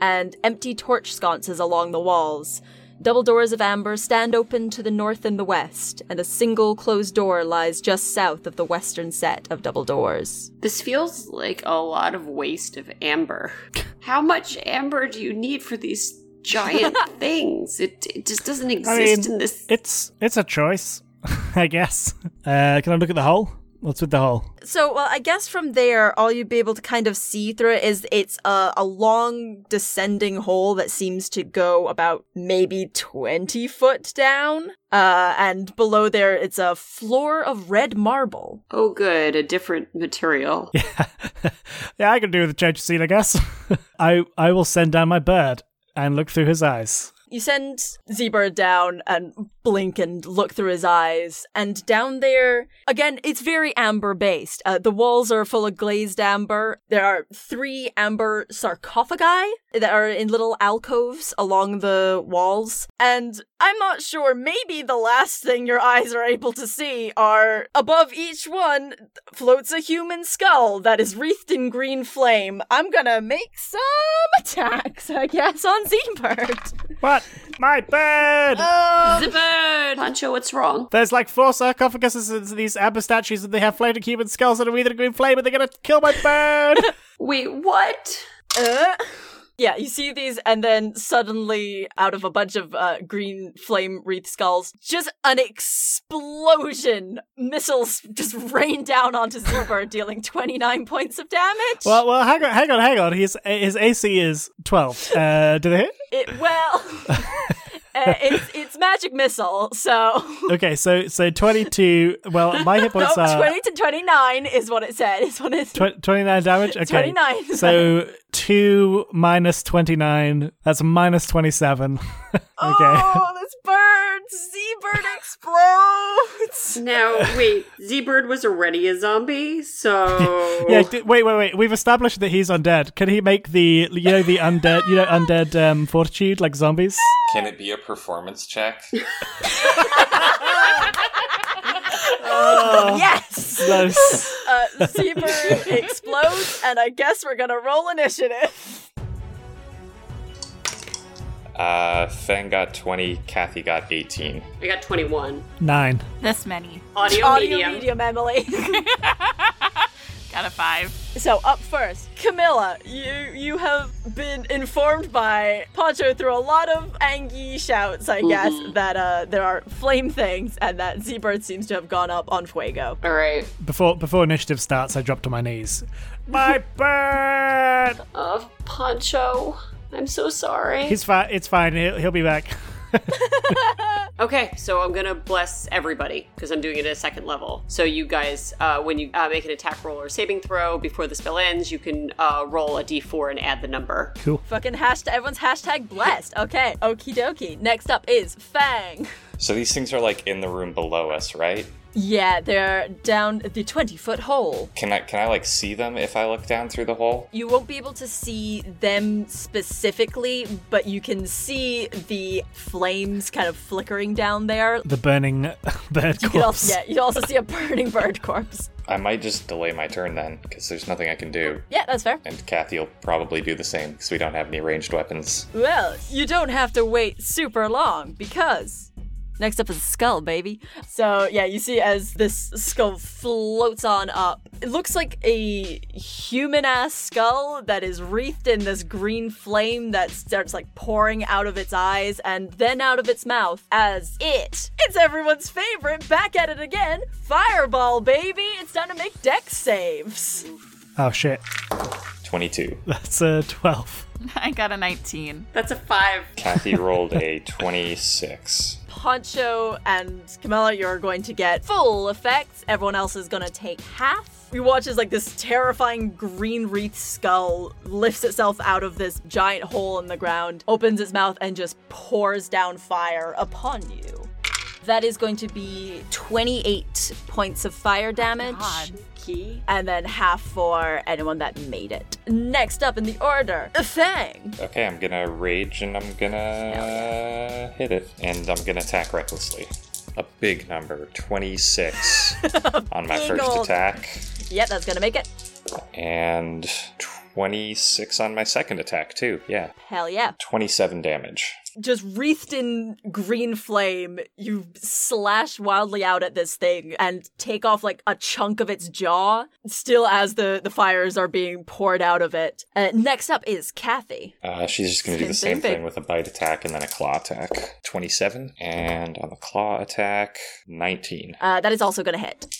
S1: and empty torch sconces along the walls. Double doors of amber stand open to the north and the west, and a single closed door lies just south of the western set of double doors.
S4: This feels like a lot of waste of amber. How much amber do you need for these giant things? It, it just doesn't
S3: I
S4: exist in
S3: mean,
S4: this.
S3: it's it's a choice, I guess. Uh, can I look at the hole? What's with the hole?
S1: So, well, I guess from there, all you'd be able to kind of see through it is it's a, a long descending hole that seems to go about maybe 20 foot down. Uh, and below there, it's a floor of red marble.
S4: oh, good, a different material.
S3: yeah, I can do with the change of scene, I guess. I I will send down my bird and look through his eyes.
S1: You send Zebra down and blink and look through his eyes. And down there, again, it's very amber based. Uh, the walls are full of glazed amber. There are three amber sarcophagi that are in little alcoves along the walls. And I'm not sure, maybe the last thing your eyes are able to see are above each one floats a human skull that is wreathed in green flame. I'm gonna make some attacks, I guess, on Zebird.
S3: What? My bird!
S1: Oh,
S13: Zipper!
S4: Pancho, what's wrong?
S3: There's like four sarcophaguses in these amber statues, and they have floating human skulls that are wreathed in green flame, and they're gonna kill my bird!
S4: Wait, what?
S1: uh. Yeah, you see these, and then suddenly, out of a bunch of uh, green flame wreath skulls, just an explosion! Missiles just rain down onto Zebird, dealing 29 points of damage.
S3: well, well, hang on, hang on, hang on. His his AC is twelve. Uh, did it hit?
S1: It well, uh, it's it's magic missile. So
S3: Okay, so so twenty two. Well, my hit
S1: no,
S3: points are
S1: twenty to twenty nine is what it said. Is what it
S3: uh, Tw- 29 damage? Okay.
S1: 29.
S3: So 2 minus 29. That's minus 27. okay.
S1: Oh, this bird, Z-bird explodes.
S4: Now, wait, Z Bird was already a zombie, so.
S3: Yeah, d- wait, wait, wait. We've established that he's undead. Can he make the, you know, the undead, you know, undead um, fortitude like zombies?
S7: Can it be a performance check?
S3: Oh.
S1: Yes.
S3: Close.
S1: Uh, Z-bird explodes, and I guess we're gonna roll initiative.
S7: Uh, Fang got 20, Kathy got 18.
S4: I got 21.
S3: Nine.
S13: This many.
S4: Audio,
S1: Audio
S4: medium.
S1: medium, Emily.
S13: Got a five.
S1: So up first, Camilla, you you have been informed by Poncho through a lot of angy shouts, I guess, that uh, there are flame things and that Z-Bird seems to have gone up on Fuego.
S4: All right.
S3: Before before initiative starts, I drop to my knees. My bird!
S4: Uh,
S14: Of Poncho. I'm so sorry.
S3: He's fine. It's fine. He'll, he'll be back.
S4: Okay, so I'm gonna bless everybody because I'm doing it at a second level. So you guys, uh, when you uh, make an attack roll or saving throw before the spell ends, you can uh, roll a d4 and add the number.
S1: Fucking hashtag everyone's hashtag blessed. Okay, okie dokie. Next up is Fang.
S7: So these things are like in the room below us, right?
S1: Yeah, they're down the 20 foot hole.
S7: Can I can I like see them if I look down through the hole?
S1: You won't be able to see them specifically, but you can see the flames kind of flickering down there.
S3: The burning bird
S1: You could
S3: corpse.
S1: also, yeah, you also see a burning bird corpse.
S7: I might just delay my turn then because there's nothing I can do.
S1: Yeah, that's fair.
S7: And Kathy'll probably do the same because we don't have any ranged weapons.
S1: Well, you don't have to wait super long because next up is skull, baby. So yeah, you see as this skull floats on up. It looks like a human ass skull that is wreathed in this green flame that starts like pouring out of its eyes and then out of its mouth as it. It's everyone's favorite. Back at it again. Fireball, baby. It's time to make deck saves.
S3: Oh, shit.
S7: 22.
S3: That's uh, a 12.
S13: I got a 19.
S4: That's a five.
S7: Kathy rolled a 26.
S1: Poncho and Camilla, you're going to get full effects. Everyone else is going to take half. You watch as like this terrifying green wreath skull lifts itself out of this giant hole in the ground, opens its mouth, and just pours down fire upon you. That is going to be 28 points of fire damage.
S4: Key.
S1: And then half for anyone that made it. Next up in the order, Fang.
S7: Okay, I'm gonna rage and I'm gonna hit it. And I'm gonna attack recklessly. A big number, 26 on my first
S1: old-
S7: attack,
S1: Yep, that's gonna make it.
S7: and 26 on my second attack, too. Yeah,
S1: Hell yeah.
S7: 27 damage.
S1: just wreathed in green flame, you slash wildly out at this thing and take off like a chunk of its jaw, still as the, the fires are being poured out of it. Uh, next up is Kathy.
S7: Uh, she's just going to do the
S1: Same
S7: same
S1: thing.
S7: thing with a bite attack and then a claw attack. 27. And on the claw attack, 19.
S1: Uh, that is also going to hit.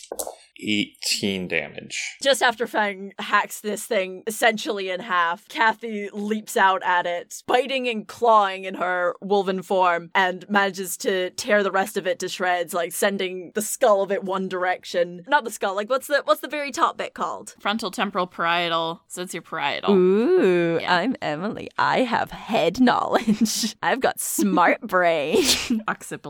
S7: 18 damage.
S1: Just after Fang hacks this thing essentially in half, Kathy leaps out at it, biting and clawing in her wolven form, and manages to tear the rest of it to shreds, like sending the skull of it one direction. Not the skull, like what's the what's the very top bit called?
S2: Frontal temporal parietal. So it's your parietal.
S8: Ooh,
S2: Yeah.
S8: I'm Emily. I have head knowledge. I've got smart brain.
S2: Occipital.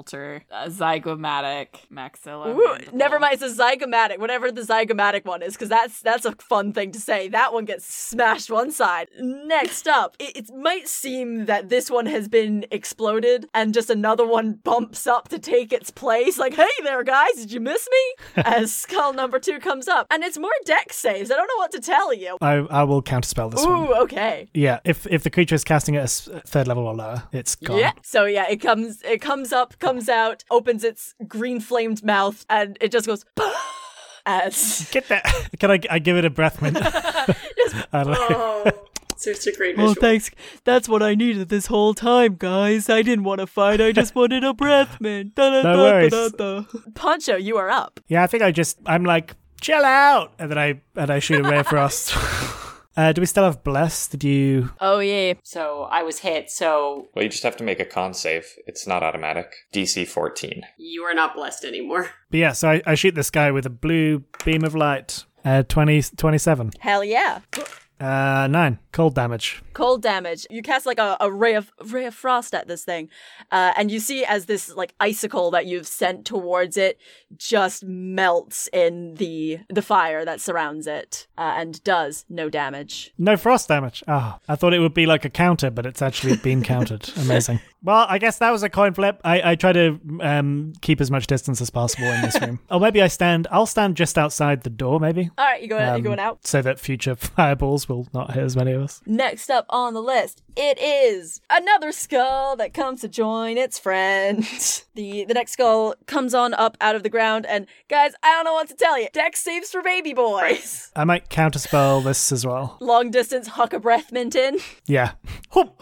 S2: Uh, zygomatic. Maxilla.
S1: Ooh,
S2: mandible.
S1: never mind. It's a zygomatic, whatever the zygomatic one is, because that's that's a fun thing to say. That one gets smashed one side. Next up, it, it might seem that this one has been exploded, and just another one bumps up to take its place. Like, hey there, guys, did you miss me? As skull number two comes up, and it's more deck saves. I don't know what to tell you.
S3: I, I will counterspell this one.
S1: Ooh, okay.
S3: Yeah, if if the creature is casting at a s- third level or lower, it's gone.
S1: Yeah. So yeah, it comes it comes up, comes out, opens its green flamed mouth, and it just goes. As
S3: Get that. Can I, I give it a breath mint? I don't know.
S4: Oh, such a great
S6: Well,
S4: visual.
S6: thanks. That's what I needed this whole time, guys. I didn't want to fight. I just wanted a breath, man. Da, da,
S3: No
S6: da,
S3: worries.
S6: da, da, da.
S1: Poncho, you are up.
S3: Yeah, I think I just I'm like chill out, and then I and I shoot a ray of frost. uh, do we still have bless? Did you?
S8: oh, yeah.
S4: So I was hit. So
S7: Well, you just have to make a con save. It's not automatic. DC 14.
S4: you are not blessed anymore.
S3: But yeah, so I, I shoot this guy with a blue beam of light. Uh, 20, 27.
S1: Hell yeah.
S3: Uh, nine cold damage.
S1: Cold damage. You cast like a, a ray of ray of frost at this thing. Uh, and you see as this like icicle that you've sent towards it just melts in the the fire that surrounds it uh, and does no damage.
S3: No frost damage. Ah, I thought it would be like a counter, but it's actually been countered. Amazing. Well, I guess that was a coin flip. I, I try to um, keep as much distance as possible in this room. or maybe I stand. I'll stand just outside the door. Maybe.
S1: All right, you going
S3: Um,
S1: you Uh, going out?
S3: So that future fireballs will not hit as many of us.
S1: Next up on the list, it is another skull that comes to join its friend. the the next skull comes on up out of the ground and guys, I don't know what to tell you. Deck saves for baby boys.
S3: I might counterspell this as well.
S1: long distance huck a breath mint in
S3: Yeah.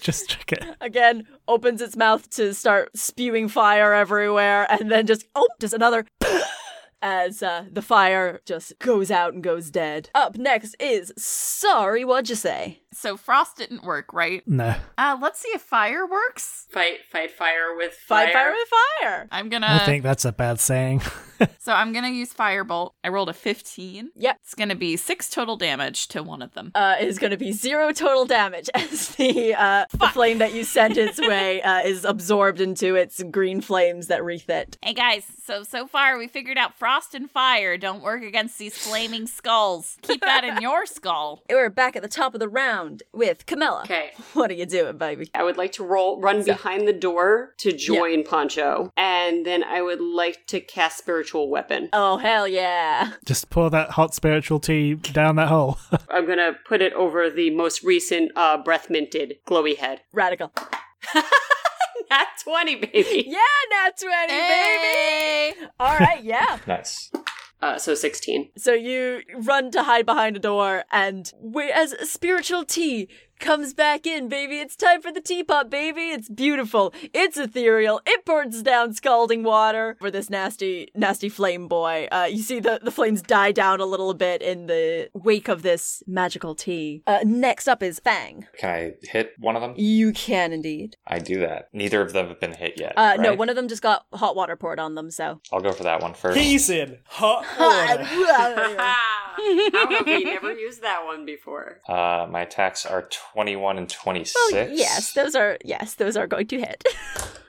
S3: Just check it.
S1: again opens its mouth to start spewing fire everywhere and then just oh just another as uh, the fire just goes out and goes dead up next is sorry what'd you say
S2: So frost didn't work, right?
S3: No.
S2: Uh, let's see if fire works.
S4: Fight, fight fire with fire.
S1: fight fire with fire
S2: I'm gonna.
S3: I think that's a bad saying.
S2: So I'm gonna use firebolt. I rolled a 15.
S1: Yep.
S2: It's gonna be six total damage to one of them.
S1: uh, is going to be zero total damage as the, uh, the flame that you sent its way uh, is absorbed into its green flames that wreath it.
S2: Hey guys, so so far we figured out frost and fire don't work against these flaming skulls. Keep that in your skull.
S1: We're back at the top of the round with Camilla.
S4: Okay.
S1: What are you doing, baby?
S4: I would like to roll, run behind the door to join Poncho, and then I would like to cast spiritual weapon.
S1: Oh, hell yeah.
S3: Just pour that hot spiritual tea down that hole.
S4: I'm gonna put it over the most recent uh, breath minted glowy head.
S1: Radical.
S4: Not twenty, baby.
S1: Yeah, nat 20, baby.
S2: Hey!
S1: All right, yeah.
S7: Nice.
S4: Uh, so sixteen.
S1: So you run to hide behind a door, and we- as spiritual tea comes back in, baby, it's time for the teapot, baby. It's beautiful. It's ethereal. It burns down scalding water for this nasty, nasty flame boy. Uh, you see the, the flames die down a little bit in the wake of this magical tea. Uh, next up is Fang.
S7: Can I hit one of them?
S1: You can indeed.
S7: I do that. Neither of them have been hit yet.
S1: Uh, No,
S7: right?
S1: one of them just got hot water poured on them, so.
S7: I'll go for that one first.
S3: in hot
S4: Ah, How have we never used that one before?
S7: Uh, my attacks are 21 and 26.
S1: Well, yes, those are yes, those are going to hit.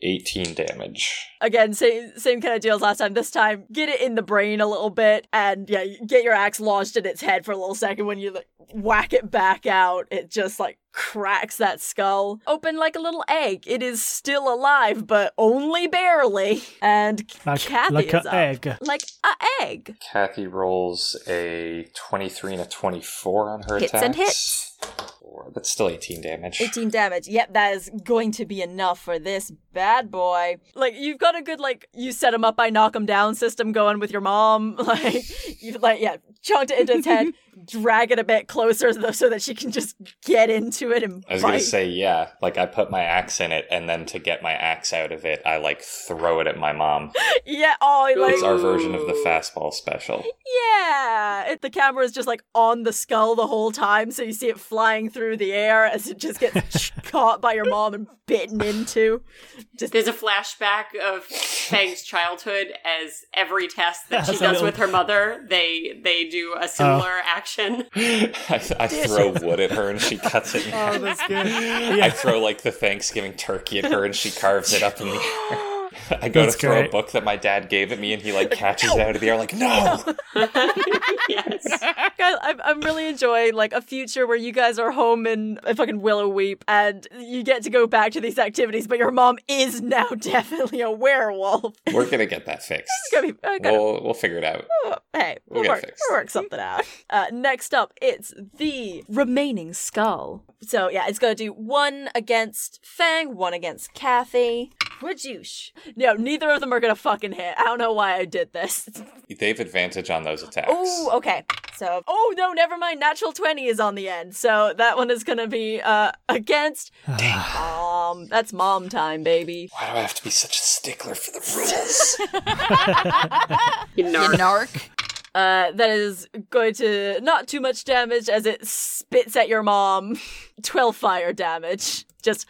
S7: 18 damage.
S1: Again, same same kind of deal as last time. This time, get it in the brain a little bit, and yeah, you get your axe lodged in its head for a little second. When you like, whack it back out, it just like cracks that skull open like a little egg. It is still alive, but only barely. And
S3: Like,
S1: Kathy
S3: like
S1: is
S3: an
S1: up.
S3: egg.
S1: like a egg.
S7: Kathy rolls a 23 and a 24 on her
S8: Hits
S7: attacks.
S8: and
S7: Or- That's still 18 damage.
S1: 18 damage. Yep, that is going to be enough for this bad boy. Like you've got a good like you set him up, I knock him down system going with your mom. Like you like yeah, chunked it into his head, drag it a bit closer so so that she can just get into it and
S7: I was
S1: bite.
S7: gonna say, yeah. Like I put my axe in it, and then to get my axe out of it, I like throw it at my mom.
S1: yeah, oh, like,
S7: It's our version of the fastball special.
S1: yeah. It, the camera is just like on the skull the whole time, so you see it flying through the air as it just gets caught by your mom and bitten into. Just
S4: There's a flashback of Fang's childhood as every task that she
S1: That's a
S4: does
S1: little-
S4: with her mother, they they do a similar action.
S7: I, I throw wood at her, and she cuts it. In half.
S4: that's
S3: good.
S7: I throw like the Thanksgiving turkey at her, and she carves it up in the air. I go
S3: That's
S7: to throw
S3: great.
S7: a book that my dad gave at me, and he like catches it out of the air, like no.
S1: guys, I'm, I'm really enjoying like a future where you guys are home in a fucking willow weep and you get to go back to these activities, but your mom is now definitely a werewolf.
S7: We're gonna get that fixed.
S1: It's gonna be Oh. I gotta-
S7: We'll we'll figure it out.
S1: hey,
S7: We'll
S1: we'll,
S7: get
S1: work,
S7: fixed.
S1: we'll work something out. Uh, next up, it's the remaining skull. So yeah, it's gonna do one against Fang, one against Kathy. Wajoosh. No, neither of them are gonna fucking hit. I don't know why I did this.
S7: They've advantage on those attacks.
S1: Oh, okay. So, oh no, never mind. Natural twenty is on the end, so that one is gonna be uh against. mom, that's mom time, baby.
S7: Why do I have to be such a stickler for the rules?
S4: you narc.
S1: Uh, that is going to not too much damage as it spits at your mom. Twelve fire damage. Just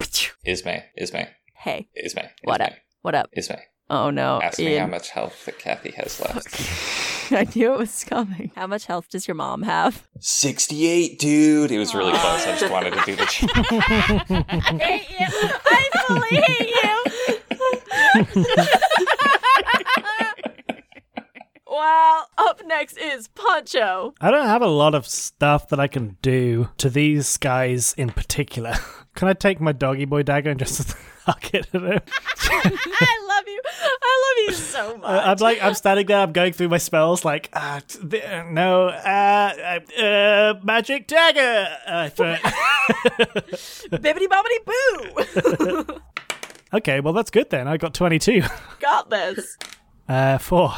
S7: Ismay, Ismay,
S1: hey,
S7: Ismay.
S1: what up? What up?
S7: Ismay.
S1: Oh no,
S7: Ask me how
S1: Ian.
S7: much health that Kathy has left.
S1: I knew it was coming. How much health does your mom have?
S7: 68, dude. It was really close. I just wanted to do the
S1: I hate you. I fully hate you. Well, up next is Poncho.
S3: I don't have a lot of stuff that I can do to these guys in particular. Can I take my doggy boy dagger and just huck it at him?
S1: I love you. I love you so much.
S3: I- I'm like, I'm standing there, I'm going through my spells, like, uh, t- th- uh, no, uh, uh, uh, magic dagger. Uh, I throw it.
S1: Bibbity bobbity boo.
S3: okay, well, that's good then. I got 22.
S1: Got this.
S3: Uh, four.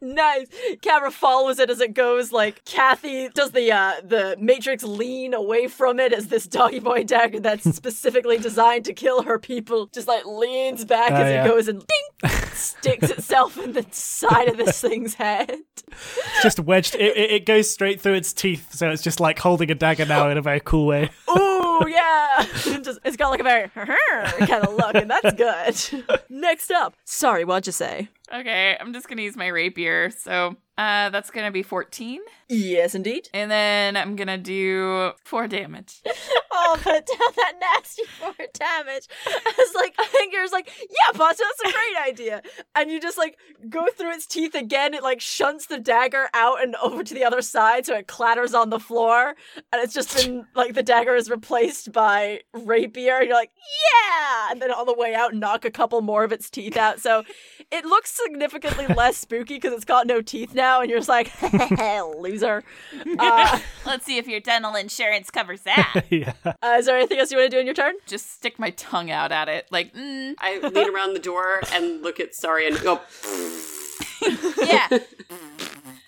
S1: Nice. Camera follows it as it goes. Like Kathy does the uh, the Matrix lean away from it as this doggy boy dagger that's specifically designed to kill her people just like leans back
S3: Oh,
S1: as
S3: yeah.
S1: it goes and ding sticks itself in the side of this thing's head.
S3: It's just wedged. It, it, it goes straight through its teeth, so it's just like holding a dagger now in a very cool way.
S1: Ooh, yeah. Just, it's got like a very kind of look, and that's good. Next up, sorry, what'd you say?
S2: Okay, I'm just gonna use my rapier. So uh, that's gonna be 14,
S1: Yes, indeed.
S2: and then I'm gonna do four damage.
S1: Oh, put down that nasty four damage. I was like, I think you're just like, yeah, boss, that's a great idea. And you just like go through its teeth again. It like shunts the dagger out and over to the other side, so it clatters on the floor. And it's just been like the dagger is replaced by rapier. And you're like, yeah. And then on the way out, knock a couple more of its teeth out. So it looks significantly less spooky because it's got no teeth now. And you're just like, loser. Uh,
S2: Let's see if your dental insurance covers that.
S3: yeah.
S1: uh, is there anything else you want to do in your turn?
S2: just stick my tongue out at it, like mm,
S4: I lean around the door and look at Sari and go.
S2: yeah.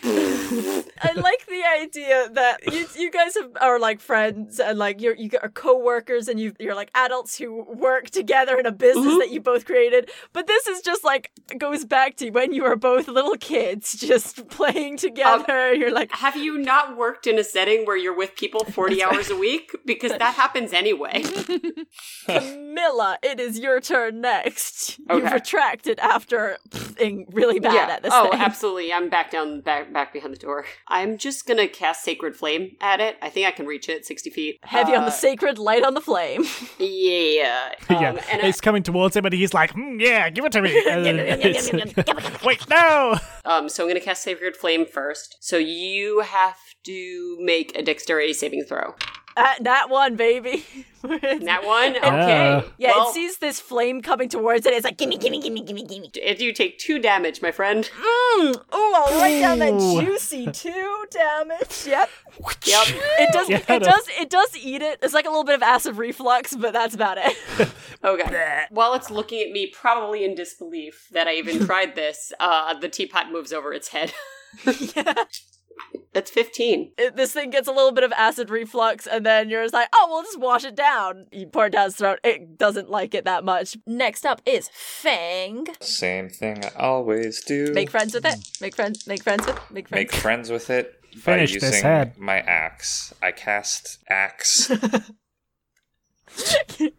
S1: I like the idea that you you guys have, are like friends and like you're you are co-workers and you you're like adults who work together in a business
S4: Mm-hmm.
S1: that you both created. But this is just like goes back to when you were both little kids, just playing together.
S4: Um,
S1: you're like,
S4: Have you not worked in a setting where you're with people 40 hours a week? Because that happens anyway.
S1: Camilla, it is your turn next. You've
S4: Okay.
S1: retracted after being really bad at this.
S4: Oh,
S1: thing.
S4: absolutely. I'm back down, back, back behind the door. I'm just gonna cast Sacred Flame at it. I think I can reach it 60 feet.
S1: Heavy on
S4: Uh,
S1: the sacred, light on the flame.
S4: Yeah. Um,
S3: yeah.
S4: And I-
S3: It's coming towards him, and he's like, "Mm, yeah, give it to me. And then it's- Wait, no.
S4: um, so I'm gonna cast Sacred Flame first. So you have to make a Dexterity saving throw.
S1: At that one, baby.
S4: And that one. Okay.
S3: Uh.
S1: Yeah,
S4: Well,
S1: it sees this flame coming towards it. It's like, gimme, gimme, gimme, gimme, gimme.
S4: if you take two damage, my friend.
S1: Mm. Oh, I'll write down that
S3: Ooh.
S1: juicy two damage. Yep.
S4: Yep.
S1: It does.
S3: Yeah,
S1: it
S3: no.
S1: does. It does eat it. It's like a little bit of acid reflux, but that's about it.
S4: Okay. While it's looking at me, probably in disbelief that I even tried this, uh, the teapot moves over its head. That's 15.
S1: It, this thing gets a little bit of acid reflux, and then you're just like, oh, we'll just wash it down. You pour it down its throat. It doesn't like it that much. Next up is Fang.
S7: Same thing I always do.
S1: Make friends with it. Make friends. Make friends with. Make friends.
S7: Make friends with it
S3: Finish
S7: by
S3: this
S7: using
S3: head.
S7: my axe. I cast axe. I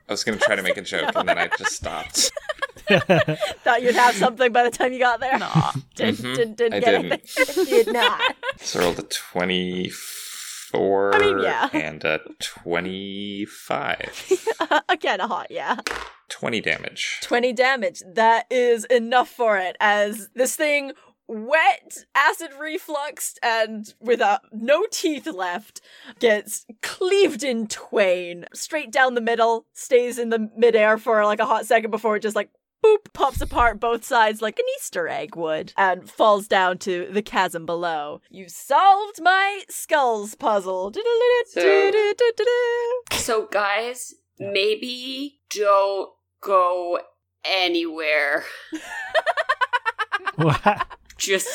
S7: was going to try to make a joke and then I just stopped.
S1: Thought you'd have something by the time you got there. Nah. didn't,
S7: Mhm.
S1: didn't, didn't
S7: I
S1: get
S7: didn't.
S1: anything. Did not.
S7: So I rolled a 24
S1: I mean, yeah.
S7: and a 25.
S1: Again, a hot, yeah.
S7: 20 damage.
S1: 20 damage. That is enough for it, as this thing, wet, acid refluxed, and with uh, no teeth left, gets cleaved in twain, straight down the middle, stays in the midair for like a hot second before it just like boop, pops apart both sides like an Easter egg would, and falls down to the chasm below. You solved my skulls puzzle.
S5: So, guys, maybe don't go anywhere.
S4: Just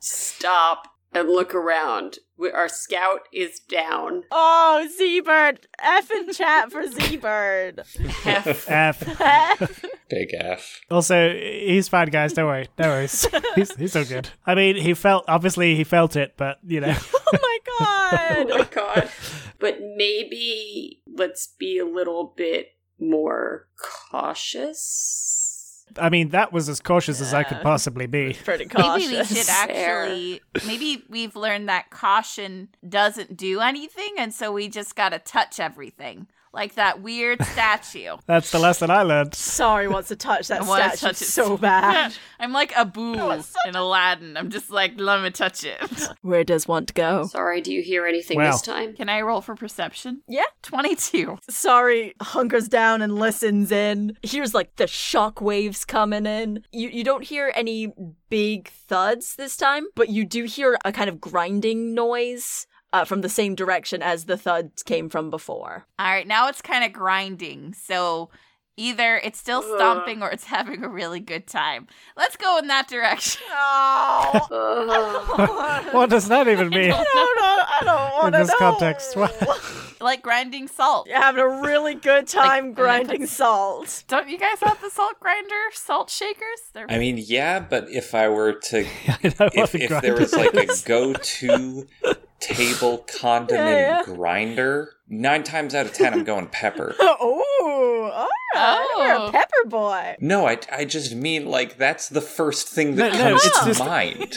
S4: stop and look around. We- Our scout is down.
S1: Oh, Z-Bird. F in chat for Z-Bird.
S3: F.
S7: Big F.
S3: Also, he's fine, guys. Don't worry. No worries. He's, he's so good. I mean, he felt, obviously, he felt it, but, you know.
S1: Oh
S4: God. oh my god. But maybe let's be a little bit more cautious.
S3: I mean, that was as cautious as I could
S4: Yeah.
S3: possibly be.
S1: Pretty
S2: Maybe we should actually. Maybe we've learned that caution doesn't do anything, and so we just gotta touch everything, like that weird statue.
S3: That's the lesson I learned.
S1: Sorry wants to touch that
S2: I wanna
S1: statue
S2: touch it
S1: so bad.
S2: I'm like Abu in Aladdin. I'm just like, let me touch it.
S1: Where does want go?
S4: Sorry, do you hear anything
S1: Wow.
S4: this time?
S2: Can I roll for perception?
S1: Yeah.
S2: 22.
S1: Sorry hunkers down and listens in. Here's like the shock waves coming in. You you don't hear any big thuds this time, but you do hear a kind of grinding noise uh, from the same direction as the thuds came from before.
S2: All right, now it's kind of grinding. So either it's still stomping or it's having a really good time. Let's go in that direction.
S3: what does that even mean
S1: I don't
S3: in this context? What?
S2: like grinding salt.
S1: You're having a really good time grinding salt.
S2: Don't you guys have the salt grinder, salt shakers? They're
S7: I mean, yeah, but if I were to,
S3: if,
S7: if there was like a go-to table condiment
S1: Yeah, yeah.
S7: grinder, nine times out of ten, I'm going pepper.
S1: oh, all right. We're
S2: Oh.
S1: a pepper boy.
S7: No, I, I just mean like that's the first thing that
S3: No, no,
S7: comes
S3: it's
S7: to
S3: just-
S7: mind.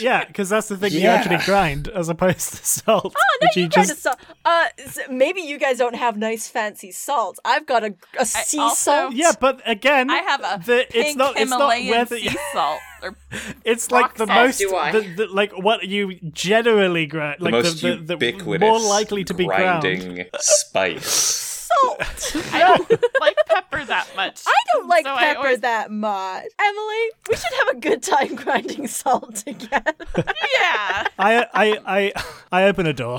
S3: Yeah, because that's the thing you
S7: Yeah.
S3: actually grind as opposed to salt.
S1: Oh, no,
S3: which
S1: you,
S3: you
S1: grind
S3: just
S1: a salt. Uh, s- maybe you guys don't have nice fancy salts. I've got a, a sea
S2: also-
S1: salt.
S3: Yeah, but again,
S2: I have a
S3: the,
S2: pink
S3: it's not it's not
S2: Himalayan
S3: whether
S2: sea salt. Or
S3: it's like the
S2: salt.
S3: most
S2: Do I?
S3: the, the, like what you generally grind,
S7: The
S3: like
S7: most
S3: the, the, the
S7: ubiquitous,
S3: more likely to be ground.
S7: grinding spice.
S2: I don't like pepper that much.
S1: I don't like
S2: So I
S1: pepper
S2: always-
S1: that much. Emily, we should have a good time grinding salt together.
S2: Yeah.
S3: I I I I open a door.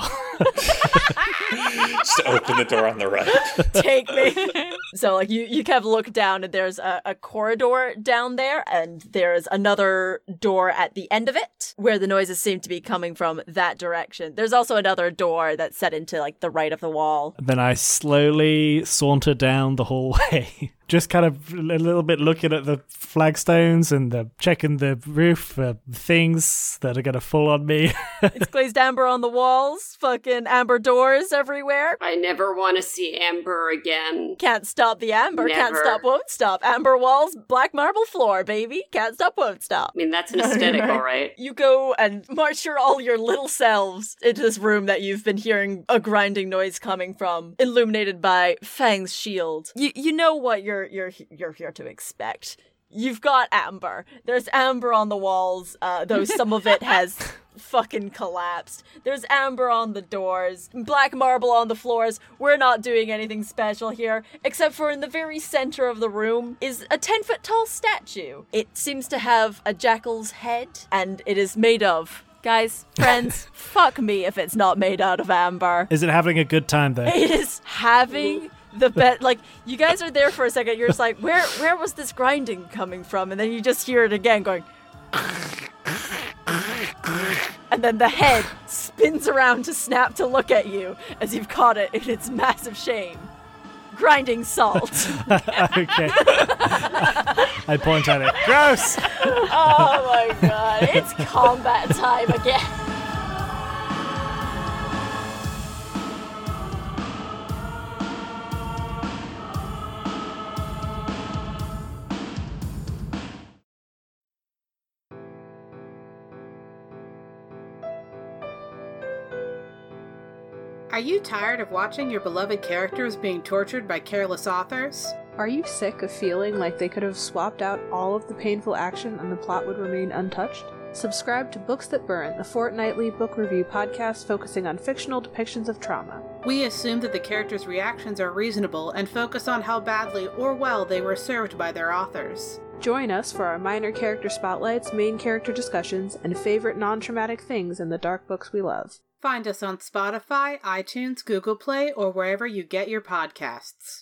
S7: just open the door on the right.
S1: Take me. so like you you kind of look down and there's a, a corridor down there and there's another door at the end of it where the noises seem to be coming from that direction. There's also another door that's set into like the right of the wall.
S3: Then I slowly saunter down the hallway, just kind of a little bit looking at the flagstones and the, checking the roof for things that are going to fall on me.
S1: It's glazed amber on the walls, fucking amber doors everywhere.
S4: I never want to see Amber again.
S1: Can't stop the amber, can't
S4: Never.
S1: stop, won't stop. Amber walls, black marble floor, baby. Can't stop, won't stop.
S4: I mean, that's an aesthetic, all right.
S1: You go and march your all your little selves into this room that you've been hearing a grinding noise coming from, illuminated by Fang's shield. You you know what you're you're you're here to expect. You've got amber. There's amber on the walls, uh, though some of it has fucking collapsed. There's amber on the doors, black marble on the floors. We're not doing anything special here, except for in the very center of the room is a 10 foot tall statue. It seems to have a jackal's head, and it is made of. Guys, friends, fuck me if it's not made out of amber.
S3: Is it having a good time though?
S1: It is having the bet. Like you guys are there for a second. You're just like, where where was this grinding coming from? And then you just hear it again, going. and then the head spins around to snap to look at you as you've caught it in its massive shame. Grinding salt.
S3: okay. I point at it. Gross!
S1: oh my god, it's combat time again.
S15: Are you tired of watching your beloved characters being tortured by careless authors?
S16: Are you sick of feeling like they could have swapped out all of the painful action and the plot would remain untouched? Subscribe to Books That Burn, the fortnightly book review podcast focusing on fictional depictions of trauma.
S15: We assume that the characters' reactions are reasonable and focus on how badly or well they were served by their authors.
S16: Join us for our minor character spotlights, main character discussions, and favorite non traumatic things in the dark books we love.
S15: Find us on Spotify, iTunes, Google Play, or wherever you get your podcasts.